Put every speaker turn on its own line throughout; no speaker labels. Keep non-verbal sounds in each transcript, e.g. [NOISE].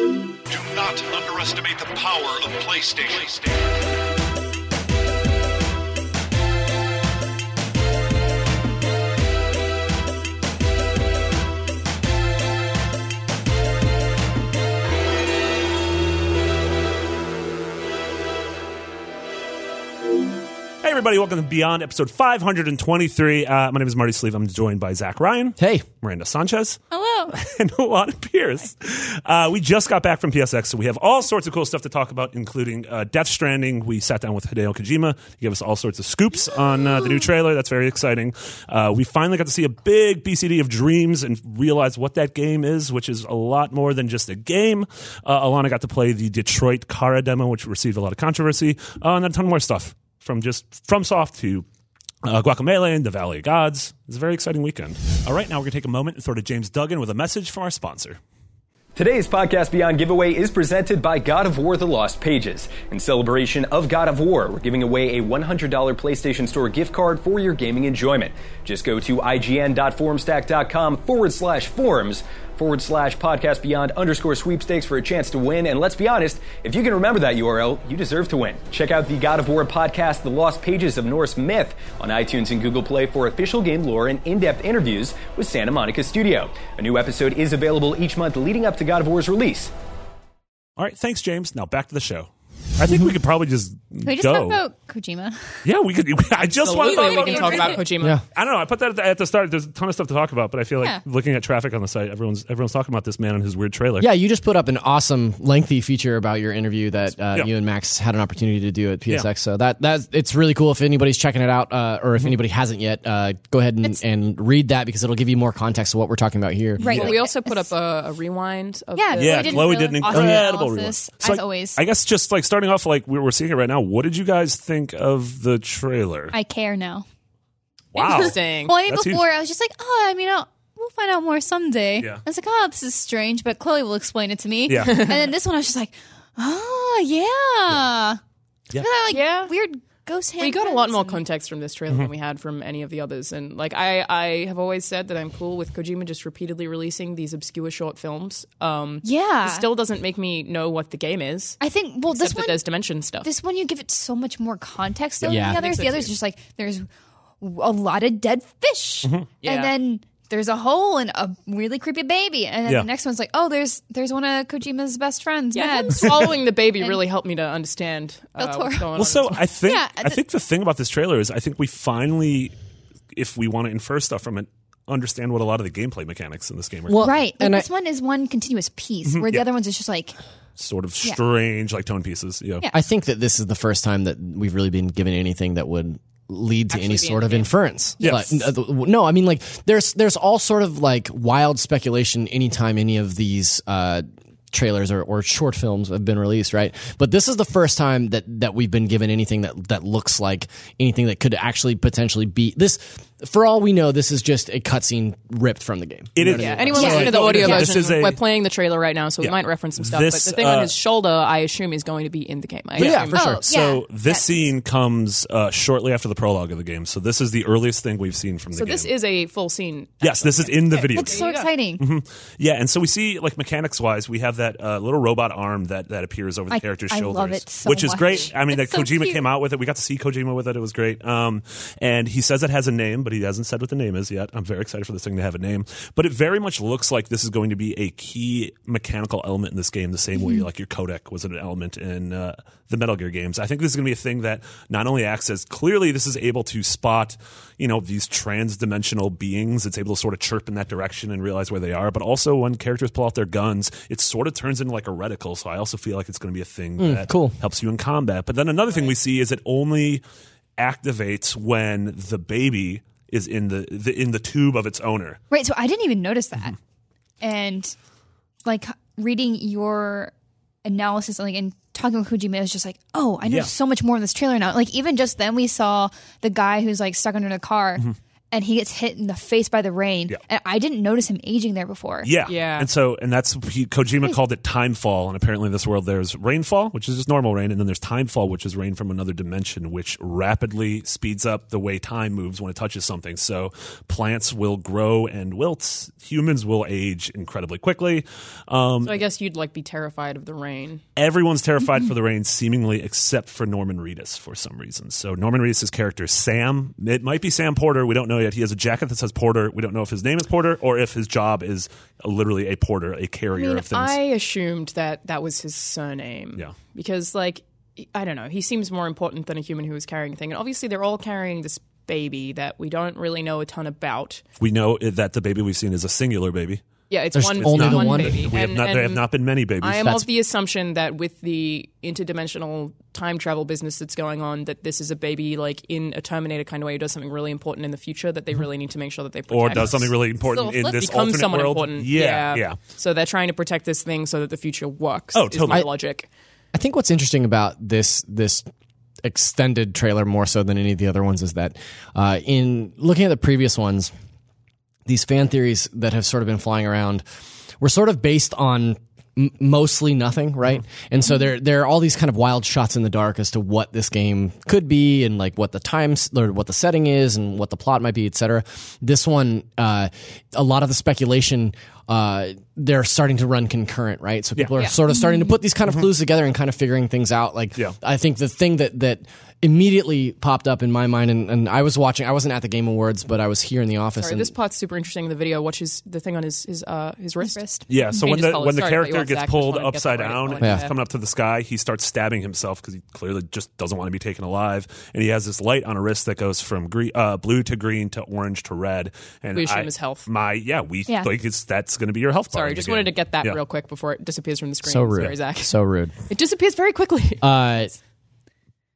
Do not underestimate the power of PlayStation.
Hey, everybody, welcome to Beyond episode 523. Uh, my name is Marty Sleeve. I'm joined by Zach Ryan,
Hey,
Miranda Sanchez,
Hello.
[LAUGHS] and Alana Pierce. Uh, we just got back from PSX, so we have all sorts of cool stuff to talk about, including uh, Death Stranding. We sat down with Hideo Kojima. He gave us all sorts of scoops on uh, the new trailer. That's very exciting. Uh, we finally got to see a big BCD of dreams and realize what that game is, which is a lot more than just a game. Uh, Alana got to play the Detroit Kara demo, which received a lot of controversy, uh, and a ton more stuff from just from soft to uh, Guacamele and the Valley of Gods. It's a very exciting weekend. All right, now we're going to take a moment and throw to James Duggan with a message from our sponsor.
Today's Podcast Beyond giveaway is presented by God of War The Lost Pages. In celebration of God of War, we're giving away a $100 PlayStation Store gift card for your gaming enjoyment. Just go to ign.formstack.com forward slash forums forward slash podcast beyond underscore sweepstakes for a chance to win. And let's be honest, if you can remember that URL, you deserve to win. Check out the God of War podcast, The Lost Pages of Norse Myth, on iTunes and Google Play for official game lore and in depth interviews with Santa Monica Studio. A new episode is available each month leading up to God of War's release.
All right, thanks, James. Now back to the show. I think we could probably just
Can we just
go.
talk about Kojima? [LAUGHS]
yeah, we could. [LAUGHS] I just want to talk
Absolutely, we
about.
can talk about Kojima.
Yeah.
I don't know. I put that at the, at the start. There's a ton of stuff to talk about, but I feel like
Yeah.
looking at traffic on the site, everyone's everyone's talking about this man and his weird trailer.
yeah, you just put up an awesome, lengthy feature about your interview that uh,
Yeah.
you and Max had an opportunity to do at PSX. So that that it's really cool. If anybody's checking it out, uh, or if anybody hasn't yet, uh, go ahead and, and read that because it'll give you more context to what we're talking about here.
Right.
But
like,
we also put up
it's-
a, a rewind of
Yeah,
the-
Yeah,
Chloe did
Chloe did
an
an
awesome
incredible
analysis,
rewatch. So
as
I-
always.
I guess just like starting off, like we're, we're seeing it right now. What did you guys think of the trailer?
I care now.
wow,
Interesting.
Well, I mean,
That's huge.
before I was just like, oh, I mean, I'll, we'll find out more someday.
Yeah.
I was like, oh, this is strange, but Chloe will explain it to me.
Yeah.
[LAUGHS] and then this one, I was just like, oh yeah,
Yeah.
Look at that, like
Yeah.
weird ghost hand.
We got a lot
hands
more
and-
context from this
Mm-hmm.
trailer than we had from any of the others, and like I, I have always said that I'm cool with Kojima just repeatedly releasing these obscure short films. Um,
yeah,
it still doesn't make me know what the game is,
I think. Well, Ah. this
except that
one,
there's dimension stuff.
this one, you give it so much more context though, than
Yeah.
the
I think
others.
so,
the others
too.
just like there's a lot of dead fish,
Mm-hmm.
Yeah.
and then. There's a hole and a really creepy baby, and then
Yeah.
the next one's like, oh, there's there's one of Kojima's best friends,
yeah, him
Mads.
swallowing
[LAUGHS]
the baby really helped me to understand
Del
uh,
Toro.
what's going on.
Well, so I think
Yeah,
I
th-
think the thing about this trailer is I think we finally, if we want to infer stuff from it, understand what a lot of the gameplay mechanics in this game are.
Well,
Right. Like
and I,
this one is one continuous piece,
Mm-hmm.
where the other ones is just like,
sort of strange, like tone pieces. Yeah.
I think that this is the first time that we've really been given anything that would lead to any sort of inference.
Yes.
But, uh, no, I mean like there's there's all sort of like wild speculation anytime any of these uh trailers or, or short films have been released, right? But this is the first time that that we've been given anything that that looks like anything that could actually potentially be this for all we know, this is just a cutscene ripped from the game.
It is.
Yeah, anyone
so
listening to the
it-
audio
yeah,
version,
This is a,
we're playing the trailer right now, so
Yeah.
we might reference some stuff.
This,
but the thing
uh,
on his shoulder, I assume, is going to be in the game. I
Yeah,
assume.
for sure.
oh,
so
yeah,
this
that's-
scene comes uh, shortly after the prologue of the game. So this is the earliest thing we've seen from the
So
game.
this is a full scene.
yes, this is in the video.
That's so
you go.
exciting.
Mm-hmm. Yeah, and so we see like mechanics wise, we have that uh, little robot arm that that appears over the
I-
character's
I
shoulders,
love it so
which is
much.
great. I mean, that
It's so
Kojima
cute.
came out with it. We got to see Kojima with it. It was great. Um, and he says it has a name, but he hasn't said what the name is yet. I'm very excited for this thing to have a name. But it very much looks like this is going to be a key mechanical element in this game, the same way like your codec was an element in uh, the Metal Gear games. I think this is going to be a thing that not only acts as clearly this is able to spot, you know, these trans-dimensional beings. It's able to sort of chirp in that direction and realize where they are. But also when characters pull out their guns, it sort of turns into like a reticle. So I also feel like it's going to be a thing that
cool.
helps you in combat. But then another thing we see is it only activates when the baby is in the, the in the tube of its owner.
Right. So I didn't even notice that.
Mm-hmm.
And like reading your analysis like and talking with Kojima, I was just like, oh, I know
Yeah.
so much more in this trailer now. Like even just then we saw the guy who's like stuck under the car. and he gets hit in the face by the rain.
Mm-hmm. Yeah.
And I didn't notice him aging there before.
Yeah.
Yeah.
And so, and that's, he, Kojima called it timefall. And apparently, in this world, there's rainfall, which is just normal rain. And then there's timefall, which is rain from another dimension, which rapidly speeds up the way time moves when it touches something. So, plants will grow and wilt. Humans will age incredibly quickly. Um,
So I guess you'd like be terrified of the rain.
everyone's
Mm-hmm.
terrified for the rain, seemingly except for Norman Reedus for some reason. So Norman Reedus' character Sam, it might be Sam Porter, we don't know yet. He has a jacket that says Porter. We don't know if his name is Porter or if his job is literally a porter, a
I
carrier
mean,
of things.
I assumed that that was his surname.
Yeah.
Because like I don't know, he seems more important than a human who is carrying a thing. And obviously they're all carrying this baby that we don't really know a ton about.
we know that the baby we've seen is a singular baby.
Yeah, it's
There's
one
only
it's
the
one
one.
baby.
We have
And-
not, there have
and-
not been many babies.
I am
That's-
of the assumption that with the interdimensional time travel business that's going on, that this is a baby like in a Terminator kind of way who does something really important in the future that they really need to make sure that they protect.
or does something really important
So
in
let's
this
become
alternate
someone
world.
important.
Yeah,
yeah,
yeah.
So they're trying to protect this thing so that the future works.
Oh,
is
totally.
my
I-
logic.
I think what's interesting about this this extended trailer more so than any of the other ones is that uh, in looking at the previous ones, these fan theories that have sort of been flying around were sort of based on m- mostly nothing, right?
Mm-hmm.
And so there there are all these kind of wild shots in the dark as to what this game could be and like what the times or what the setting is and what the plot might be, etc. This one, uh, a lot of the speculation. Uh, they're starting to run concurrent, right? So people are sort of starting to put these kind
Mm-hmm.
of clues together and kind of figuring things out. Like,
Yeah.
I think the thing that that immediately popped up in my mind, and, and I was watching. I wasn't at the Game Awards, but I was here in the office.
Sorry,
and
this part's super interesting. in The video watches the thing on his his uh his wrist.
Wrist.
Yeah, so when
Changes
the
colours.
when the
Sorry to cut you
character
off,
gets
Zach. I just
pulled
wanted to get
upside
that right
down
up
and
front.
he's coming up to the sky, he starts stabbing himself because he clearly just doesn't want to be taken alive. And he has this light on a wrist that goes from green, uh, blue to green to orange to red. And
We assume
I-
is health.
My yeah, we
Yeah.
like it's that's going to be your health. bar
Sorry,
in
just
the
wanted to
game.
get that
Yeah.
real quick before it disappears from the screen.
so rude,
Sorry, Zach.
so rude.
[LAUGHS] It disappears very [LAUGHS] quickly.
Uh,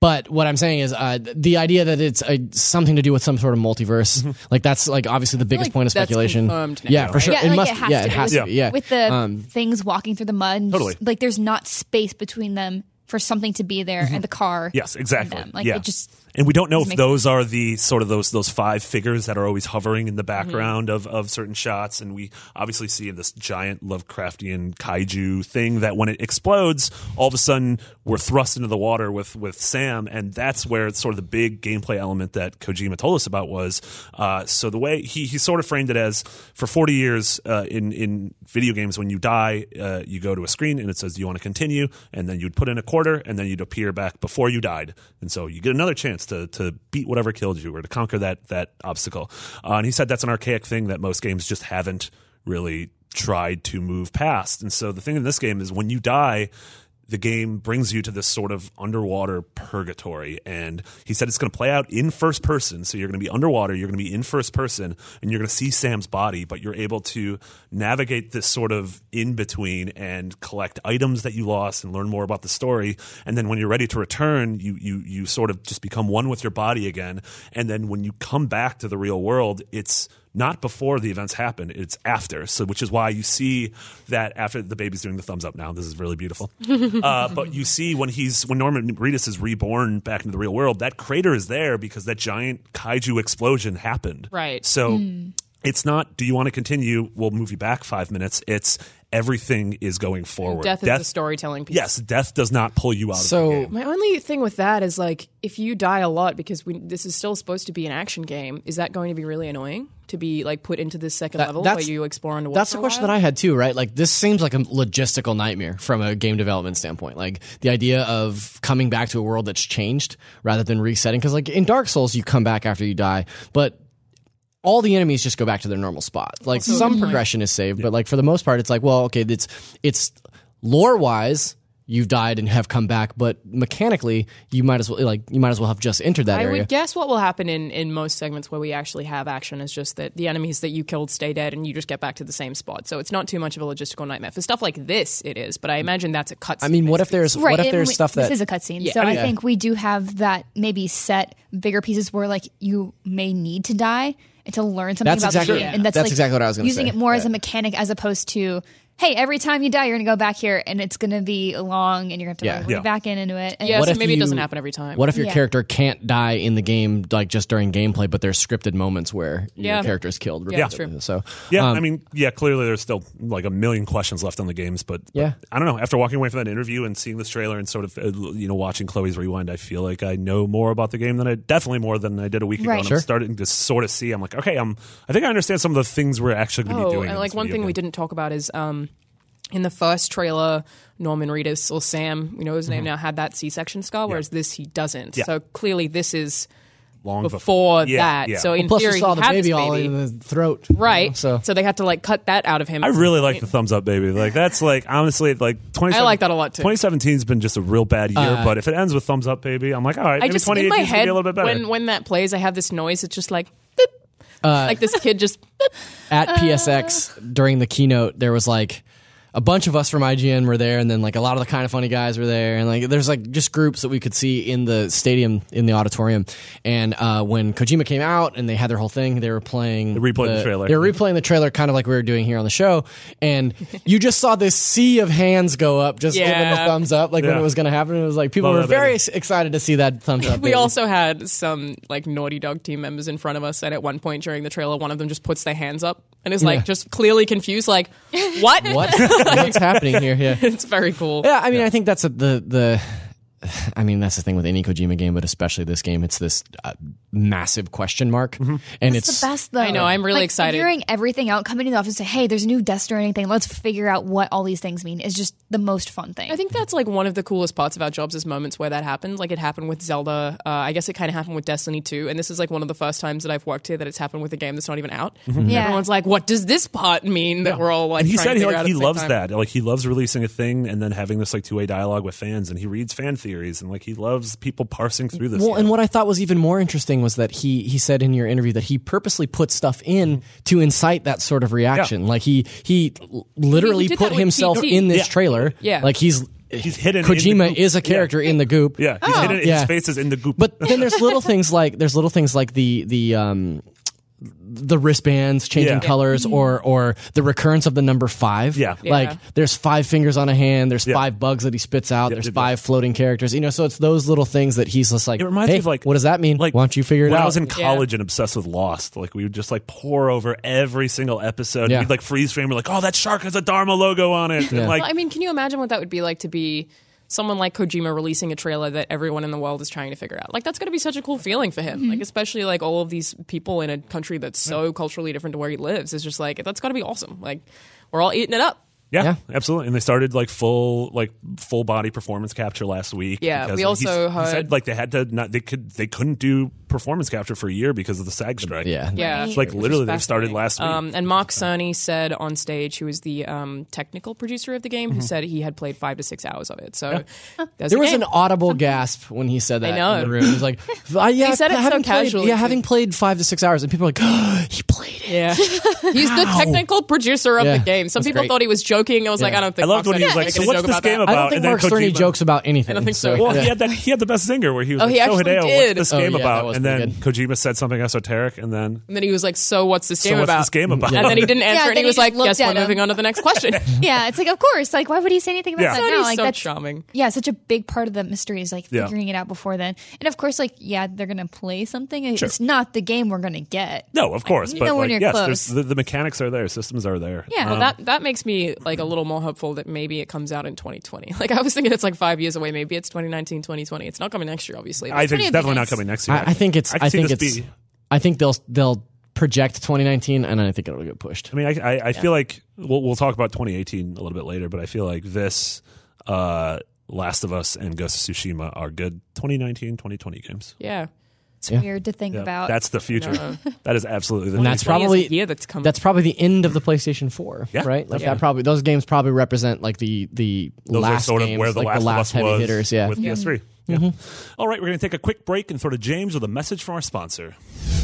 but what I'm saying is uh, th- the idea that it's uh something to do with some sort of multiverse, like that's like obviously the biggest
like
point of
that's
speculation.
confirmed now,
yeah, for
right?
sure.
Yeah,
it
like
must.
it has
yeah,
to
it
be.
has to
Yeah.
be. Yeah,
With the
Um,
things walking through the mud, and
Totally.
just, like there's not space between them for something to be there,
Mm-hmm.
and the car.
Yes, exactly.
them. Like,
yeah.
it just-
and we don't know
just
if
makes
those are the sort of those those five figures that are always hovering in the
Mm-hmm.
background of, of certain shots. And we obviously see this giant Lovecraftian kaiju thing that when it explodes, all of a sudden we're thrust into the water with with Sam, and that's where it's sort of the big gameplay element that Kojima told us about was. Uh, so the way he he sort of framed it as for forty years uh, in in video games, when you die, uh, you go to a screen and it says, Do you want to continue? And then you'd put in a quarter and then you'd appear back before you died. And so you get another chance to, to beat whatever killed you or to conquer that, that obstacle. Uh, and he said that's an archaic thing that most games just haven't really tried to move past. And so the thing in this game is when you die, the game brings you to this sort of underwater purgatory. And he said it's going to play out in first person. So you're going to be underwater, you're going to be in first person, and you're going to see Sam's body, but you're able to navigate this sort of in between and collect items that you lost and learn more about the story. And then when you're ready to return, you, you, you sort of just become one with your body again. And then when you come back to the real world, it's not before the events happen it's after so which is why you see that after the baby's doing the thumbs up now this is really beautiful uh, but you see when he's when norman reedus is reborn back into the real world that crater is there because that giant kaiju explosion happened
Right.
so
Hmm.
it's not do you want to continue we'll move you back five minutes it's everything is going forward
Death is the storytelling piece.
yes death does not pull you out of the
So-
game
My only thing with that is like, if you die a lot because we, this is still supposed to be an action game, is that going to be really annoying to be like put into this second level where
that's-
you explore underwater?
That's the question that I had too, right? Like this seems like a logistical nightmare from a game development standpoint. Like the idea of coming back to a world that's changed rather than resetting cuz like in Dark Souls you come back after you die, but all the enemies just go back to their normal spot. Like some progression is saved, but like for the most part it's like, well, okay, it's it's lore-wise You've died and have come back, but mechanically, you might as well like you might as well have just entered that
I
area.
would guess what will happen in, in most segments where we actually have action is just that the enemies that you killed stay dead and you just get back to the same spot. So it's not too much of a logistical nightmare. For stuff like this, it is, but I imagine that's a cutscene.
I mean, what if there's
Right.
what if
and
there's
we-
stuff
this
that
is a cutscene, so I think we do have that maybe set bigger pieces where like you may need to die and to learn something
That's
about
exactly-
the game,
Sure.
and that's,
that's
like,
exactly what I was gonna
using
say.
it more as a mechanic as opposed to hey, every time you die, you're gonna go back here, and it's gonna be long, and you're gonna have to
Yeah.
like,
Yeah.
back in into it. And
Yeah,
What
so
if
maybe
you-
it doesn't happen every time.
What if your
Yeah.
character can't die in the game, like just during gameplay, but there's scripted moments where
Yeah.
your character is killed?
Yeah,
repeatedly.
true.
So
Yeah,
um,
I mean, yeah, clearly there's still like a million questions left on the games, but but
Yeah.
I don't know. After walking away from that interview and seeing this trailer and sort of uh, you know watching Chloe's rewind, I feel like I know more about the game than I definitely more than I did a week ago.
Right.
And
Sure.
I'm starting to sort of see. I'm like, okay, I'm. I think I understand some of the things we're actually going to
oh,
be doing. in
and
this
like one
video
thing we
game.
didn't talk about is um, in the first trailer, Norman Reedus or Sam, we know his name now, had that C-section scar, whereas this he doesn't.
Mm-hmm. Yeah.
So clearly, this is
long
before
Yeah,
that.
yeah.
So in
plus you
theory,
saw
he
the
had
baby,
this
all
baby.
in the throat,
right?
you know, So,
so they had to like cut that out of him.
I really like the thumbs up, baby. Like that's like honestly like twenty.
I like that a lot, too. Uh,
2017's been just a real bad year, but if it ends with thumbs up, baby, I'm like, all right.
I
Maybe
just in
2018's
my
gonna
head
be a little bit better.
when when that plays, I have this noise. It's just like. Boop.
Uh,
[LAUGHS] like this kid just boop.
at
Uh.
PSX during the keynote, there was like a bunch of us from IGN were there, and then like a lot of the kind of funny guys were there, and like there's like just groups that we could see in the stadium in the auditorium. And uh, when Kojima came out and they had their whole thing, they were playing
replayed the trailer.
They were replaying the trailer, kind of like we were doing here on the show, and
[LAUGHS]
you just saw this sea of hands go up, just giving the
Yeah.
thumbs up, like when
Yeah.
it was going to happen. It was like people
Love
were
that,
very
baby.
s- excited to see that
[LAUGHS]
thumbs up.
we
baby.
also had some like naughty dog team members in front of us and at one point during the trailer one of them just puts their hands up and is like
Yeah.
just clearly confused like what
what what's happening here? Yeah.
[LAUGHS] it's very cool
Yeah, I mean, I think that's a, the the. I mean, that's the thing with any Kojima game, but especially this game, it's this uh, massive question mark,
Mm-hmm.
and it's
It's the best though.
I know, I'm really
Like,
excited.
Figuring everything out, coming to the office, and say, "Hey, there's a new desk or anything. Let's figure out what all these things mean." Is just the most fun thing.
I think that's like one of the coolest parts of our jobs is moments where that happens. Like it happened with Zelda. Uh, I guess it kind of happened with Destiny 2. And this is like one of the first times that I've worked here that it's happened with a game that's not even out.
Yeah.
Everyone's like, what does this part mean that we're all like,
Mm-hmm. and he
trying
said
to
he,
figure
like,
out at
he
the same
loves
time?
that like he loves releasing a thing and then having this like two-way dialogue with fans and he reads fan theories and like he loves people parsing through this
well.
stuff.
And what I thought was even more interesting was that he he said in your interview that he purposely put stuff in
Mm-hmm.
to incite that sort of reaction. Like he he l- literally
He did that
put
with
himself
PT.
in this
Yeah.
trailer.
Yeah.
like he's
He's hidden in the
Kojima
goop.
is a
Yeah.
character in the goop.
yeah
Oh.
he's hidden his
Yeah.
face is in the goop
But then there's little things like there's little things like the the um the wristbands changing
Yeah.
colors
Mm-hmm.
or or the recurrence of the number five.
Yeah. Yeah.
Like there's five fingers on a hand, there's
Yeah.
five bugs that he spits out, there's
yeah, yeah.
five floating characters. You know, so it's those little things that he's just
[LAUGHS]
like
it reminds
hey,
me of like
what does that mean?
Like
Why don't you figure it
when
out?
I was in college and obsessed with Lost, like we would just like pour over every single episode.
Yeah.
We'd like freeze frame. We're like, oh, that shark has a Dharma logo on it. And like
Well, I mean, can you imagine what that would be like to be someone like Kojima releasing a trailer that everyone in the world is trying to figure out? Like that's going to be such a cool feeling for him.
Mm-hmm.
Like especially like all of these people in a country that's so culturally different to where he lives. It's just like that's got to be awesome. Like we're all eating it up.
Yeah,
Yeah.
absolutely. And they started like full like full body performance capture last week.
Yeah,
because
we
he-
also
he said
heard-
like they had to not they could they couldn't do performance capture for a year because of the SAG strike.
Yeah.
Yeah.
It's like literally they started last week.
Um, and Mark Cerny said on stage, who was the um, technical producer of the game, who
Mm-hmm.
said he had played five to six hours of it. So there's
There
a
was
game.
an audible gasp when he said that
know.
in the room. He
[LAUGHS]
was like, I, yeah,
He said it so
having played-
casually,
Yeah,
too.
having played five to six hours, and people are like, [GASPS] he played
[LAUGHS]
[LAUGHS]
it.
yeah. He's the technical producer of
Yeah.
the game. Some
That's
people
great.
thought he was joking. I was like,
Yeah.
I don't
I
think.
loved
Mark
when he was
Cerny's
like, "So
making a
what's
joke
this
about that."
game
I
about?"
don't think
And then
Mark Cerny
Kojima-
jokes about anything. I
don't think so.
Well,
Yeah.
he had that. He had the best zinger where he was
Oh,
like,
he
"So
actually
Hideo,
did.
what's this
Oh,
game
yeah, that
about?"
was
And
pretty
then Kojima said something esoteric, and then
And then he was like, "So what's this
so
game
what's
about?"
this game about?
And then he [LAUGHS] didn't answer,
Yeah, then
and he
he
was
just
like,
looked
"Yes, we're
at him.
moving on to the next [LAUGHS] question."
yeah, it's like of course. Like, why would he say anything about
Yeah.
that
That
now?
is
Like
so
that's
charming.
Yeah, such a big part of the mystery is like
Yeah.
figuring it out before then. And of course, like yeah, they're gonna play something. It's not the game we're gonna get.
No, of course,
you
but
know when
like,
you're
yes,
close.
there's- the, the mechanics are there, systems are there. Uh,
Yeah.
Well, that that makes me like a little more hopeful that maybe it comes out in 2020. [LAUGHS] Like I was thinking, it's like five years away. Maybe it's 2019, 2020. It's not coming next year, obviously. but
I think
pretty
it's definitely not
nice.
coming next year.
I, I think it's.
I
I,
can see
think
this
it's.
be-
I think they'll they'll project 2019, and I think it'll get pushed.
I mean, I, I, I feel like we'll, we'll talk about 2018 a little bit later, but I feel like this, uh, Last of Us and Ghost of Tsushima are good 2019, 2020 games.
yeah,
It's weird to think
Yeah,
about.
that's the future. [LAUGHS] That is absolutely the
And
future.
that's
Probably
probably
is the year that's coming.
that's probably the end of the PlayStation 4,
Um, Yeah,
right? Like
definitely.
that probably those games probably represent like the the
Those
last
are sort of
games,
where the Last
like the last
of Us
heavy
was
hitters. Yeah, Mm-hmm.
with PS3. Yeah. All right, we're going to take a quick break and throw to James with a message from our sponsor.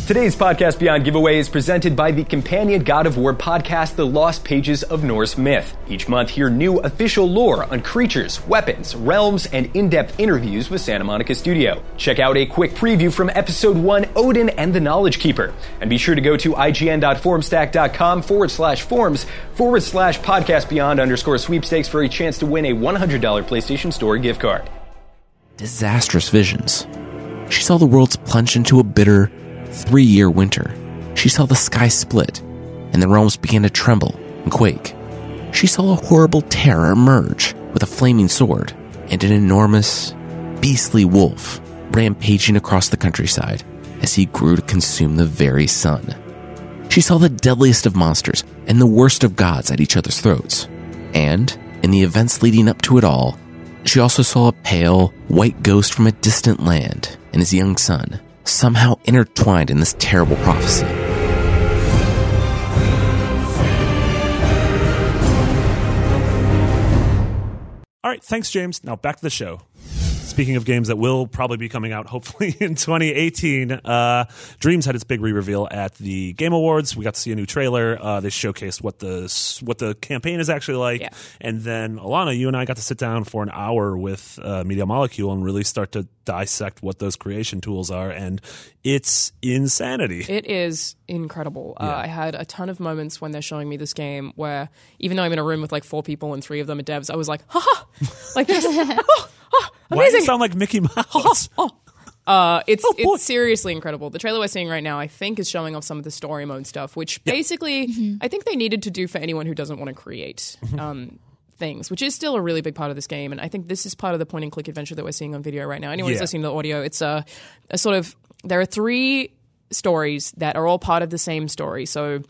Today's Podcast Beyond giveaway is presented by the companion God of War podcast, The Lost Pages of Norse Myth. Each month, hear new official lore on creatures, weapons, realms, and in depth interviews with Santa Monica Studio. Check out a quick preview from Episode 1 Odin and the Knowledge Keeper. And be sure to go to ign.formstack.com forward slash forms forward slash podcast beyond underscore sweepstakes for a chance to win a $100 PlayStation Store gift card.
disastrous visions. She saw the worlds plunge into a bitter, three year winter. She saw the sky split, and the realms began to tremble and quake. She saw a horrible terror emerge with a flaming sword and an enormous, beastly wolf rampaging across the countryside as he grew to consume the very sun. She saw the deadliest of monsters and the worst of gods at each other's throats. And, in the events leading up to it all, she also saw a pale, white ghost from a distant land and his young son, somehow intertwined in this terrible prophecy.
All right, thanks, James. Now back to the show. Speaking of games that will probably be coming out, [LAUGHS] hopefully in 2018, uh, Dreams had its big re-reveal at the Game Awards. We got to see a new trailer. Uh, they showcased what the s- what the campaign is actually like,
Yeah.
and then Alana, you and I got to sit down for an hour with uh, Media Molecule and really start to dissect what those creation tools are, and it's insanity.
It is incredible. Uh, I had a ton of moments when they're showing me this game where, even though I'm in a room with like four people and three of them are devs, I was like, ha ha, like [LAUGHS] this, oh, oh,
Why does it
amazing.
sound like Mickey Mouse?
[LAUGHS] Uh, it's
Oh, boy.
it's seriously incredible. The trailer we're seeing right now, I think, is showing off some of the story mode stuff, which basically I think they needed to do for anyone who doesn't want to create
Mm-hmm.
um, things, which is still a really big part of this game. And I think this is part of the point and click adventure that we're seeing on video right now. Anyone
Yeah.
who's listening to the audio, it's a, a sort of there are three stories that are all part of the same story. So.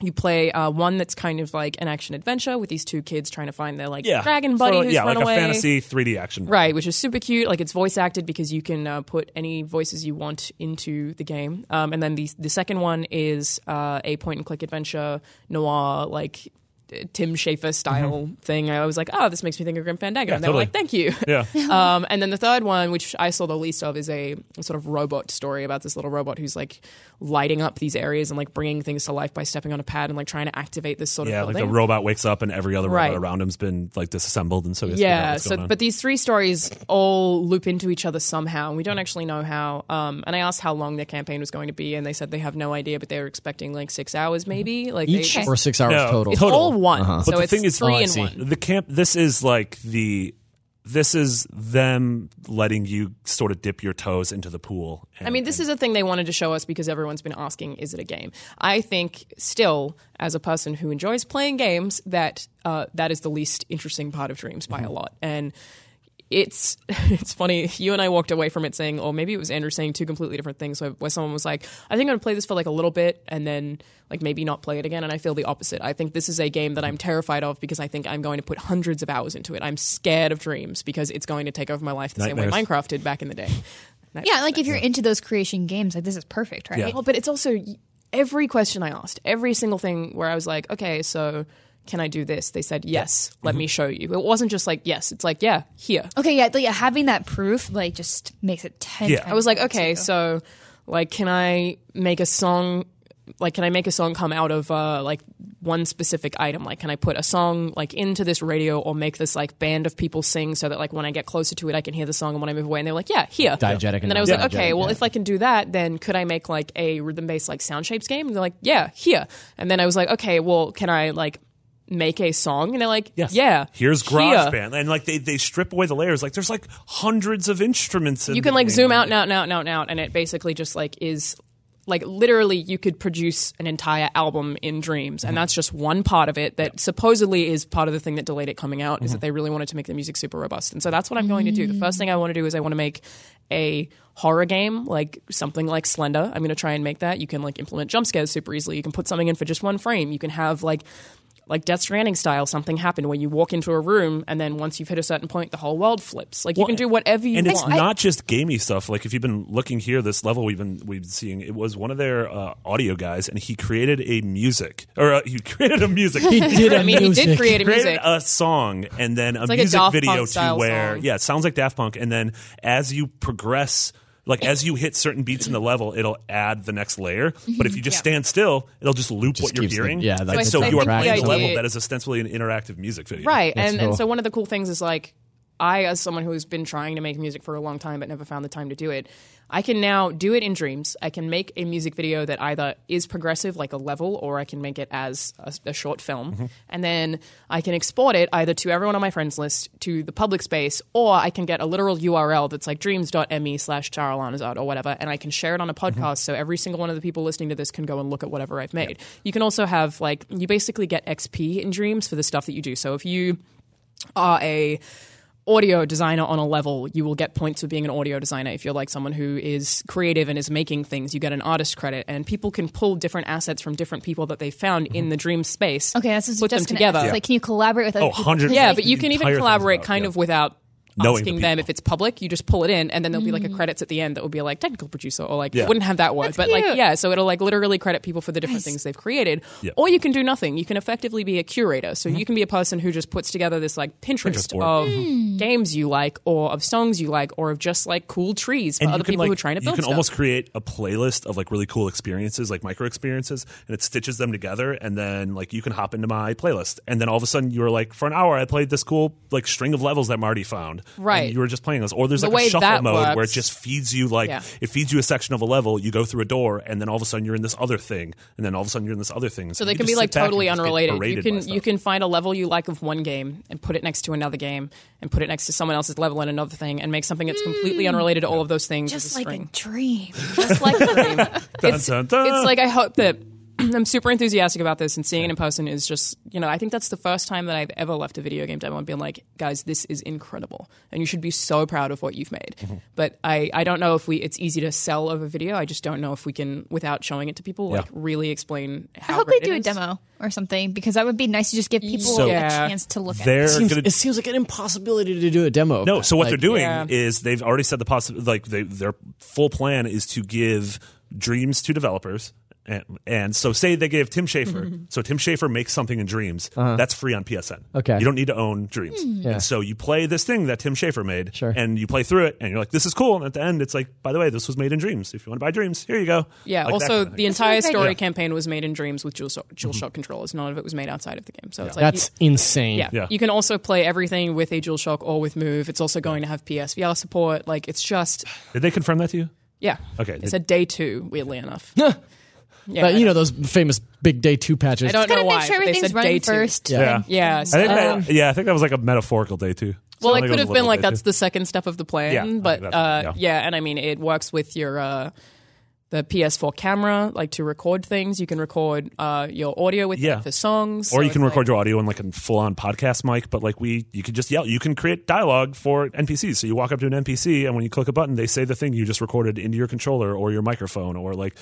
You play uh, one that's kind of like an action adventure with these two kids trying to find their like
yeah,
dragon buddy
So,
who's
yeah,
run
like
away.
a fantasy 3D action.
Right, which is super cute. Like it's voice acted because you can uh, put any voices you want into the game. Um, and then the the second one is uh, a point and click adventure noir like. uh, Tim Schafer style thing. I was like, oh, this makes me think of Grim Fandango. and they
Mm-hmm. totally.
were like, thank you.
Yeah.
Um, and then the third one, which I saw the least of, is a sort of robot story about this little robot who's like lighting up these areas and like bringing things to life by stepping on a pad and like trying to activate this sort
Yeah,
of
like
building.
the robot wakes up and every other
Right.
robot around him's been like disassembled, and so he has to figure out
yeah
what's
so
going on.
but these three stories all loop into each other somehow and we
Mm.
don't actually know how um, and i asked how long their campaign was going to be and they said they have no idea but they were expecting like six
Mm-hmm.
hours maybe like
Each
they,
or six hours
No,
total.
it's all one so
But the
it's
thing is-
three
Oh, I
in
see.
one
the camp this is like the this is them letting you sort of dip your toes into the pool. And,
I mean, this is a thing they wanted to show us because everyone's been asking, is it a game? I think, still, as a person who enjoys playing games, that uh, that is the least interesting part of Dreams by a lot. And it's [LAUGHS] it's funny. You and I walked away from it saying, or maybe it was Andrew saying two completely different things. So where someone was like, I think I'm gonna play this for like a little bit and then like maybe not play it again. And I feel the opposite. I think this is a game that I'm terrified of because I think I'm going to put hundreds of hours into it. I'm scared of Dreams because it's going to take over my life the same way
Nightmares.
Minecraft did back in the day.
Yeah, like if you're into those creation games, like this is perfect, right?
Well, but it's also every question I asked, every single thing where I was like, okay, so can I do this? They said, yes, let me show you. It wasn't just like, yes, it's like, yeah, here.
Okay, yeah, like, having that proof like just makes it ten.
Yeah.
times
I was like,
better,
okay,
too.
so like, can I make a song? Like, can I make a song come out of uh, like one specific item? Like, can I put a song like into this radio or make this like band of people sing so that like when I get closer to it, I can hear the song and when I move away? And they were like, yeah, here.
Diegetic
And then I was
and
like,
non-diegetic,
okay, well,
yeah.
if I can do that, then could I make like a rhythm based like sound shapes game? And they're like, yeah, here. And then I was like, okay, well, can I like make a song? And they're like, yeah.
Here's
here.
GarageBand, and like they they strip away the layers. Like there's like hundreds of instruments. In
you can
the
like
game.
zoom out and out and out and out and out and it basically just like is like literally you could produce an entire album in dreams
Mm-hmm.
and that's just one part of it that supposedly is part of the thing that delayed it coming out is
Mm-hmm.
that they really wanted to make the music super robust and so that's what i'm going to do the first thing
Mm.
i want to do is i want to make a horror game like something like slender i'm going to try and make that you can like implement jump scares super easily you can put something in for just one frame you can have like like Death Stranding style, something happened where you walk into a room and then once you've hit a certain point, the whole world flips. Like you
Well,
can do whatever you
and it's
want.
not just gamey stuff. Like if you've been looking here, this level we've been we've been seeing it was one of their uh, audio guys, and he created a music or uh, he [LAUGHS] created a music.
[LAUGHS]
He did a
I mean, he
music.
did create a
created
music.
a song and then a
like a
music
Daft
video
Punk
to
style
where
song.
yeah, it sounds like Daft Punk, and then as you progress. Like as you hit certain beats in the level, it'll add the next layer. But if you just stand still, it'll just loop
Just
what you're
keeps the-
hearing.
yeah, So like I
so
think
you are
the
playing a
idea-
level that is ostensibly an interactive music video.
Right. And,
cool.
and so one of the cool things is like, I, as someone who's been trying to make music for a long time but never found the time to do it, I can now do it in dreams. I can make a music video that either is progressive, like a level, or I can make it as a, a short film.
Mm-hmm.
And then I can export it either to everyone on my friends list, to the public space, or I can get a literal URL that's like dreams.me slash Charolanazad or whatever, and I can share it on a podcast so every single one of the people listening to this can go and look at whatever I've made. You can also have, like, you basically get XP in dreams for the stuff that you do. So if you are a audio designer on a level, you will get points for being an audio designer. If you're like someone who is creative and is making things, you get an artist credit, and people can pull different assets from different people that they found in the dream space.
Okay, that's just
put them
gonna
together.
ask, Like, can you collaborate with? Other
Oh,
people?
100%.
Because,
Yeah,
like,
but you can even
entire thing
collaborate
about-
kind
yeah.
of without
Knowing the
asking them
people.
if it's public. You just pull it in, and then there'll be like a credits at the end that will be like technical producer or like
Yeah.
wouldn't have that word, but like
cute.
yeah. So it'll like literally credit people for the different things they've created. Or you can do nothing. You can effectively be a curator. So you can be a person who just puts together this like Pinterest,
Mm-hmm. Pinterest board.
of games you like, or of songs you like, or of just like cool trees for
and
other
you can,
people
like,
who are trying to
you
build
can
stuff.
almost create a playlist of like really cool experiences like micro experiences and it stitches them together and then like you can hop into my playlist and then all of a sudden you're like for an hour i played this cool like string of levels that marty found And
Right.
you were just playing those or there's
The
like a
way
shuffle
that
mode where it
works-
just feeds you like
Yeah.
it feeds you a section of a level you go through a door and then all of a sudden you're in this other thing and then all of a sudden you're in this other thing
So they
you
can be
just
like
sit back and
totally
just get
unrelated. You
berated by
can
stuff.
you can find a level you like of one game and put it next to another game and put it next to someone else's level in another thing and make something that's
Hmm.
completely unrelated to all of those things. as
Just
a
[LAUGHS]
like
string.
a dream.
just like a dream. [LAUGHS] it's,
dun, dun.
it's like I hope that [CLEARS THROAT] I'm super enthusiastic about this and seeing it in person is just you know I think that's the first time that I've ever left a video game demo and been like guys this is incredible and you should be so proud of what you've made
Mm-hmm.
but I I don't know if we it's easy to sell over video I just don't know if we can without showing it to people like
Yeah.
really explain how
I hope they
great it
do a
is.
demo or something because that would be nice to just give people
So-
a
Yeah.
chance to look
they're
at.
Seems-
gonna
it seems like an impossibility to do a demo. of
No,
that.
so what
Like,
they're doing
Yeah.
is they've already said the possi like they, their full plan is to give dreams to developers. And, and so say they gave Tim
Mm-hmm.
Schafer. so Tim Schafer makes something in Dreams. That's free on PSN.
Uh-huh. Okay.
You don't need to own Dreams.
Mm.
And so you play this thing that Tim Schafer made
Sure.
and you play through it and you're like, this is cool. And at the end, it's like, by the way, this was made in Dreams. If you want to buy Dreams, here you go.
Yeah.
Like that
also,
kind of
the
thing. Mm-hmm.
entire
really great.
story campaign was made in dreams with dual, dual shock controllers. None of it was made outside of the game. So it's like
That's
you-
insane.
yeah.
Yeah.
You can also play everything with a dual shock or with move. It's also going to have PSVR support. Like it's just
Did they confirm that to you?
yeah.
Okay.
It's a day two. Weirdly
[LAUGHS]
enough. yeah.
But you know those famous big day two patches.
I don't
Gotta
know why.
make sure
but they
everything's
said day
running
two.
first.
Yeah.
Yeah.
I
so-
think that, yeah, I think that was like a metaphorical day too.
Um, well,
I
it
think was
could have
a
been
little
like
day
that's
too.
the second step of the plan.
Yeah, I think
but
that's
uh,
right,
yeah.
yeah.
and I mean it works with your. Uh, the PS4 camera, like to record things, you can record uh, your audio with
Yeah.
it for songs,
or
So
you can
it's like-
record your audio in like a full on podcast mic, but like we, you can just yell. You can create dialogue for NPCs. So you walk up to an NPC, and when you click a button, they say the thing you just recorded into your controller or your microphone, or like,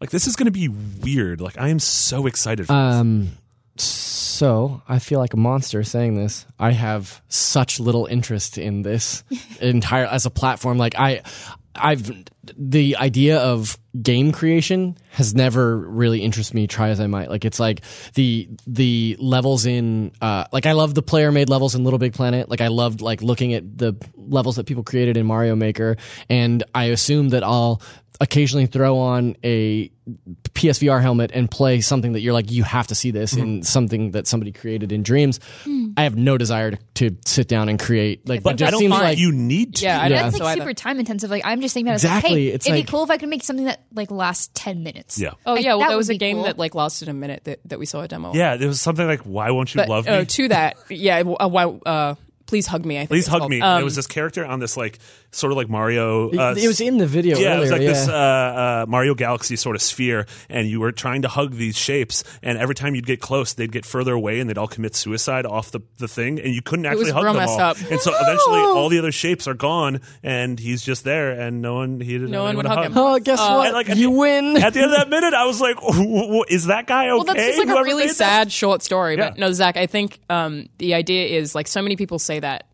like this is going to be weird. Like I am so excited. For
Um, so I feel like a monster saying this. I have such little interest in this entire as a platform. Like I, I've the idea of game creation has never really interested me. Try as I might, like it's like the the levels in uh, like I love the player made levels in Little Big Planet. Like I loved like looking at the levels that people created in Mario Maker, and I assume that I'll occasionally throw on a PSVR helmet and play something that you're like, you have to see this
Mm-hmm.
in something that somebody created in dreams. I have no desire to, to sit down and create.
this.
Like, it
But I
just
don't
seems
think
like
you need to.
Yeah, I
Yeah.
don't
That's
think so
like
either.
super time intensive. Like I'm just thinking about it.
Exactly.
Like, hey,
It's
it'd
like-
be cool if I could make something that like lasts ten minutes.
Yeah.
Oh
Like,
yeah, well,
that
there
would
was a
be
game
cool.
that like lasted a minute that, that we saw a demo. of.
yeah. There was something like, why won't you
but
love me?
oh, to that, yeah, w- uh, why, uh, Please hug me. I think
Please
it's
hug
called.
me.
Um,
it was this character on this like sort of like Mario. Uh,
it was in the
[LAUGHS]
video
yeah,
earlier.
it was like
yeah.
this uh, uh, Mario Galaxy sort of sphere, and you were trying to hug these shapes, and every time you'd get close, they'd get further away, and they'd all commit suicide off the, the thing, and you couldn't actually
was
hug
real
them
messed
all.
up.
And so eventually, all the other shapes are gone, and he's just there, and no one he didn't
No
have
one
anyone to
would hug him.
oh, guess what?
uh, and, like, at
you
the-
win.
At the end of that minute, I was like, [LAUGHS] "Is that guy okay?"
Well, that's just like
Whoever
a really
made that?
sad short story. But
Yeah.
no, Zach, I think um, the idea is like so many people say that,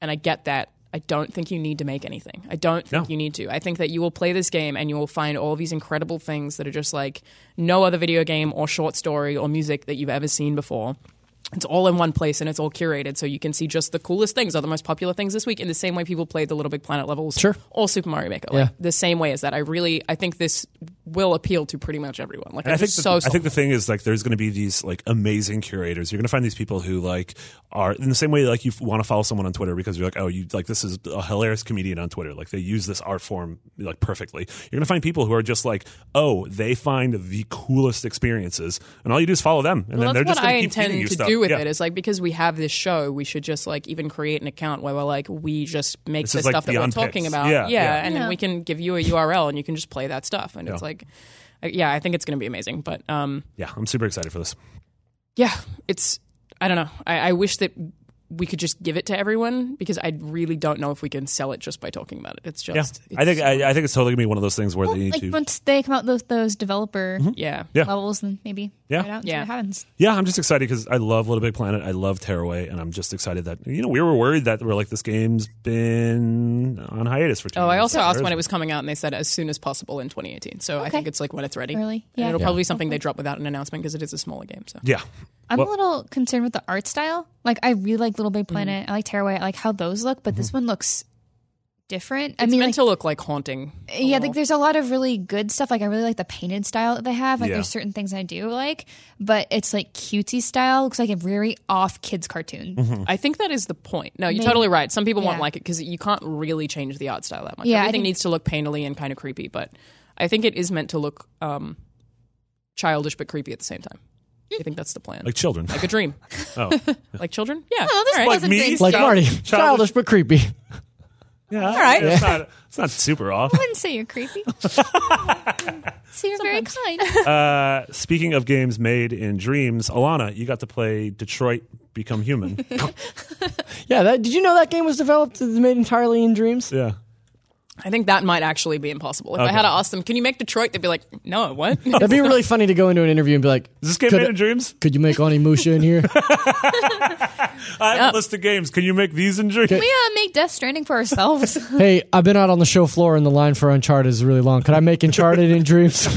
and I get that. I don't think you need to make anything. I don't think
No.
you need to. I think that you will play this game and you will find all these incredible things that are just like no other video game or short story or music that you've ever seen before. It's all in one place and it's all curated, so you can see just the coolest things or the most popular things this week. In the same way, people played the Little Big Planet levels,
Sure.
or Super Mario Maker,
Yeah.
like the same way as that. I really, I think this will appeal to pretty much everyone. Like,
And I
I'm
think
just
the,
so
I think the thing is like there's going to be these like amazing curators. You're going to find these people who like are in the same way like you want to follow someone on Twitter because you're like oh you like this is a hilarious comedian on Twitter like they use this art form like perfectly. You're going to find people who are just like oh they find the coolest experiences and all you do is follow them and then
Well,
they're
that's
just
what I
going to keep feeding you
intend to
stuff.
do with
Yeah.
it. It's like because we have this show, we should just like even create an account where we're like we just make
This
the
is, like,
stuff that we're
Beyond
talking
Picks.
about.
Yeah, yeah.
and
Yeah.
then we can give you a URL and you can just play that stuff. And it's
Yeah.
like, I- yeah, I think it's going to be amazing. But um,
yeah, I'm super excited for this.
yeah, it's I don't know. I, I wish that we could just give it to everyone because I really don't know if we can sell it just by talking about it. It's
Yeah,
just
I think
it's-
I, I think it's totally going to be one of those things where they need
like
to Mm-hmm.
once they come out those those developer
yeah.
Yeah.
levels, then maybe
Yeah.
try it out and see
Yeah.
what happens.
Yeah, I'm just excited because I love Little Big Planet. I love Tearaway, and I'm just excited that you know we were worried that we're like this game's been on hiatus for two.
Oh, I
years.
also asked when
There's-
it was coming out, and they said as soon as possible in 2018. So I
Okay.
think it's like when it's ready.
Early,
And
yeah.
it'll
Yeah.
probably be something they drop without an announcement because it is a smaller game. So
Yeah,
I'm
Well- Mm-hmm.
a little concerned with the art style. Like I really like Little Big Planet. I like Tearaway. I like how those look, but this one looks different. I
it's
mean,
meant
like,
to look like haunting.
yeah,
a
Oh.
little.
like there's a lot of really good stuff. Like I really like the painted style that they have. Like
Yeah.
there's certain things I do like, but it's like cutesy style. Looks like a very off kids cartoon.
Mm-hmm.
I think that is the point. No, you're
Maybe.
totally right. Some people won't
Yeah.
like it because you can't really change the art style that much.
Yeah, I
Everything
think-
needs to look painterly and kind of creepy, but I think it is meant to look um, childish but creepy at the same time. I think that's the plan.
like children.
Like a dream.
[LAUGHS] Oh,
[LAUGHS] like children? Yeah.
Oh, this
All right.
wasn't
me? Like
good.
[LAUGHS] like
stuff.
Marty,
Childish-
childish but creepy.
yeah, all
right.
It's not, it's not super
[LAUGHS]
off.
I wouldn't say
[LAUGHS]
you're creepy. so you're very kind.
Uh, speaking of games made in dreams, Alana, you got to play Detroit Become
[LAUGHS]
Human.
Yeah, that, did you know that game was developed and made entirely in dreams?
yeah,
I think that might actually be impossible. If I
Okay.
had to ask them, can you make Detroit? They'd be like,
[LAUGHS]
no, what?
That'd be really funny to go into an interview and be like,
is this game
Could-
made in dreams?
"Could you make Onimusha
[LAUGHS]
in here?"
I have a list of games. Can you make these in dreams?
we uh, make Death Stranding
[LAUGHS]
for ourselves. Uh,
hey, I've been out on the show floor and the line for Uncharted is really long. Could I make Uncharted in dreams?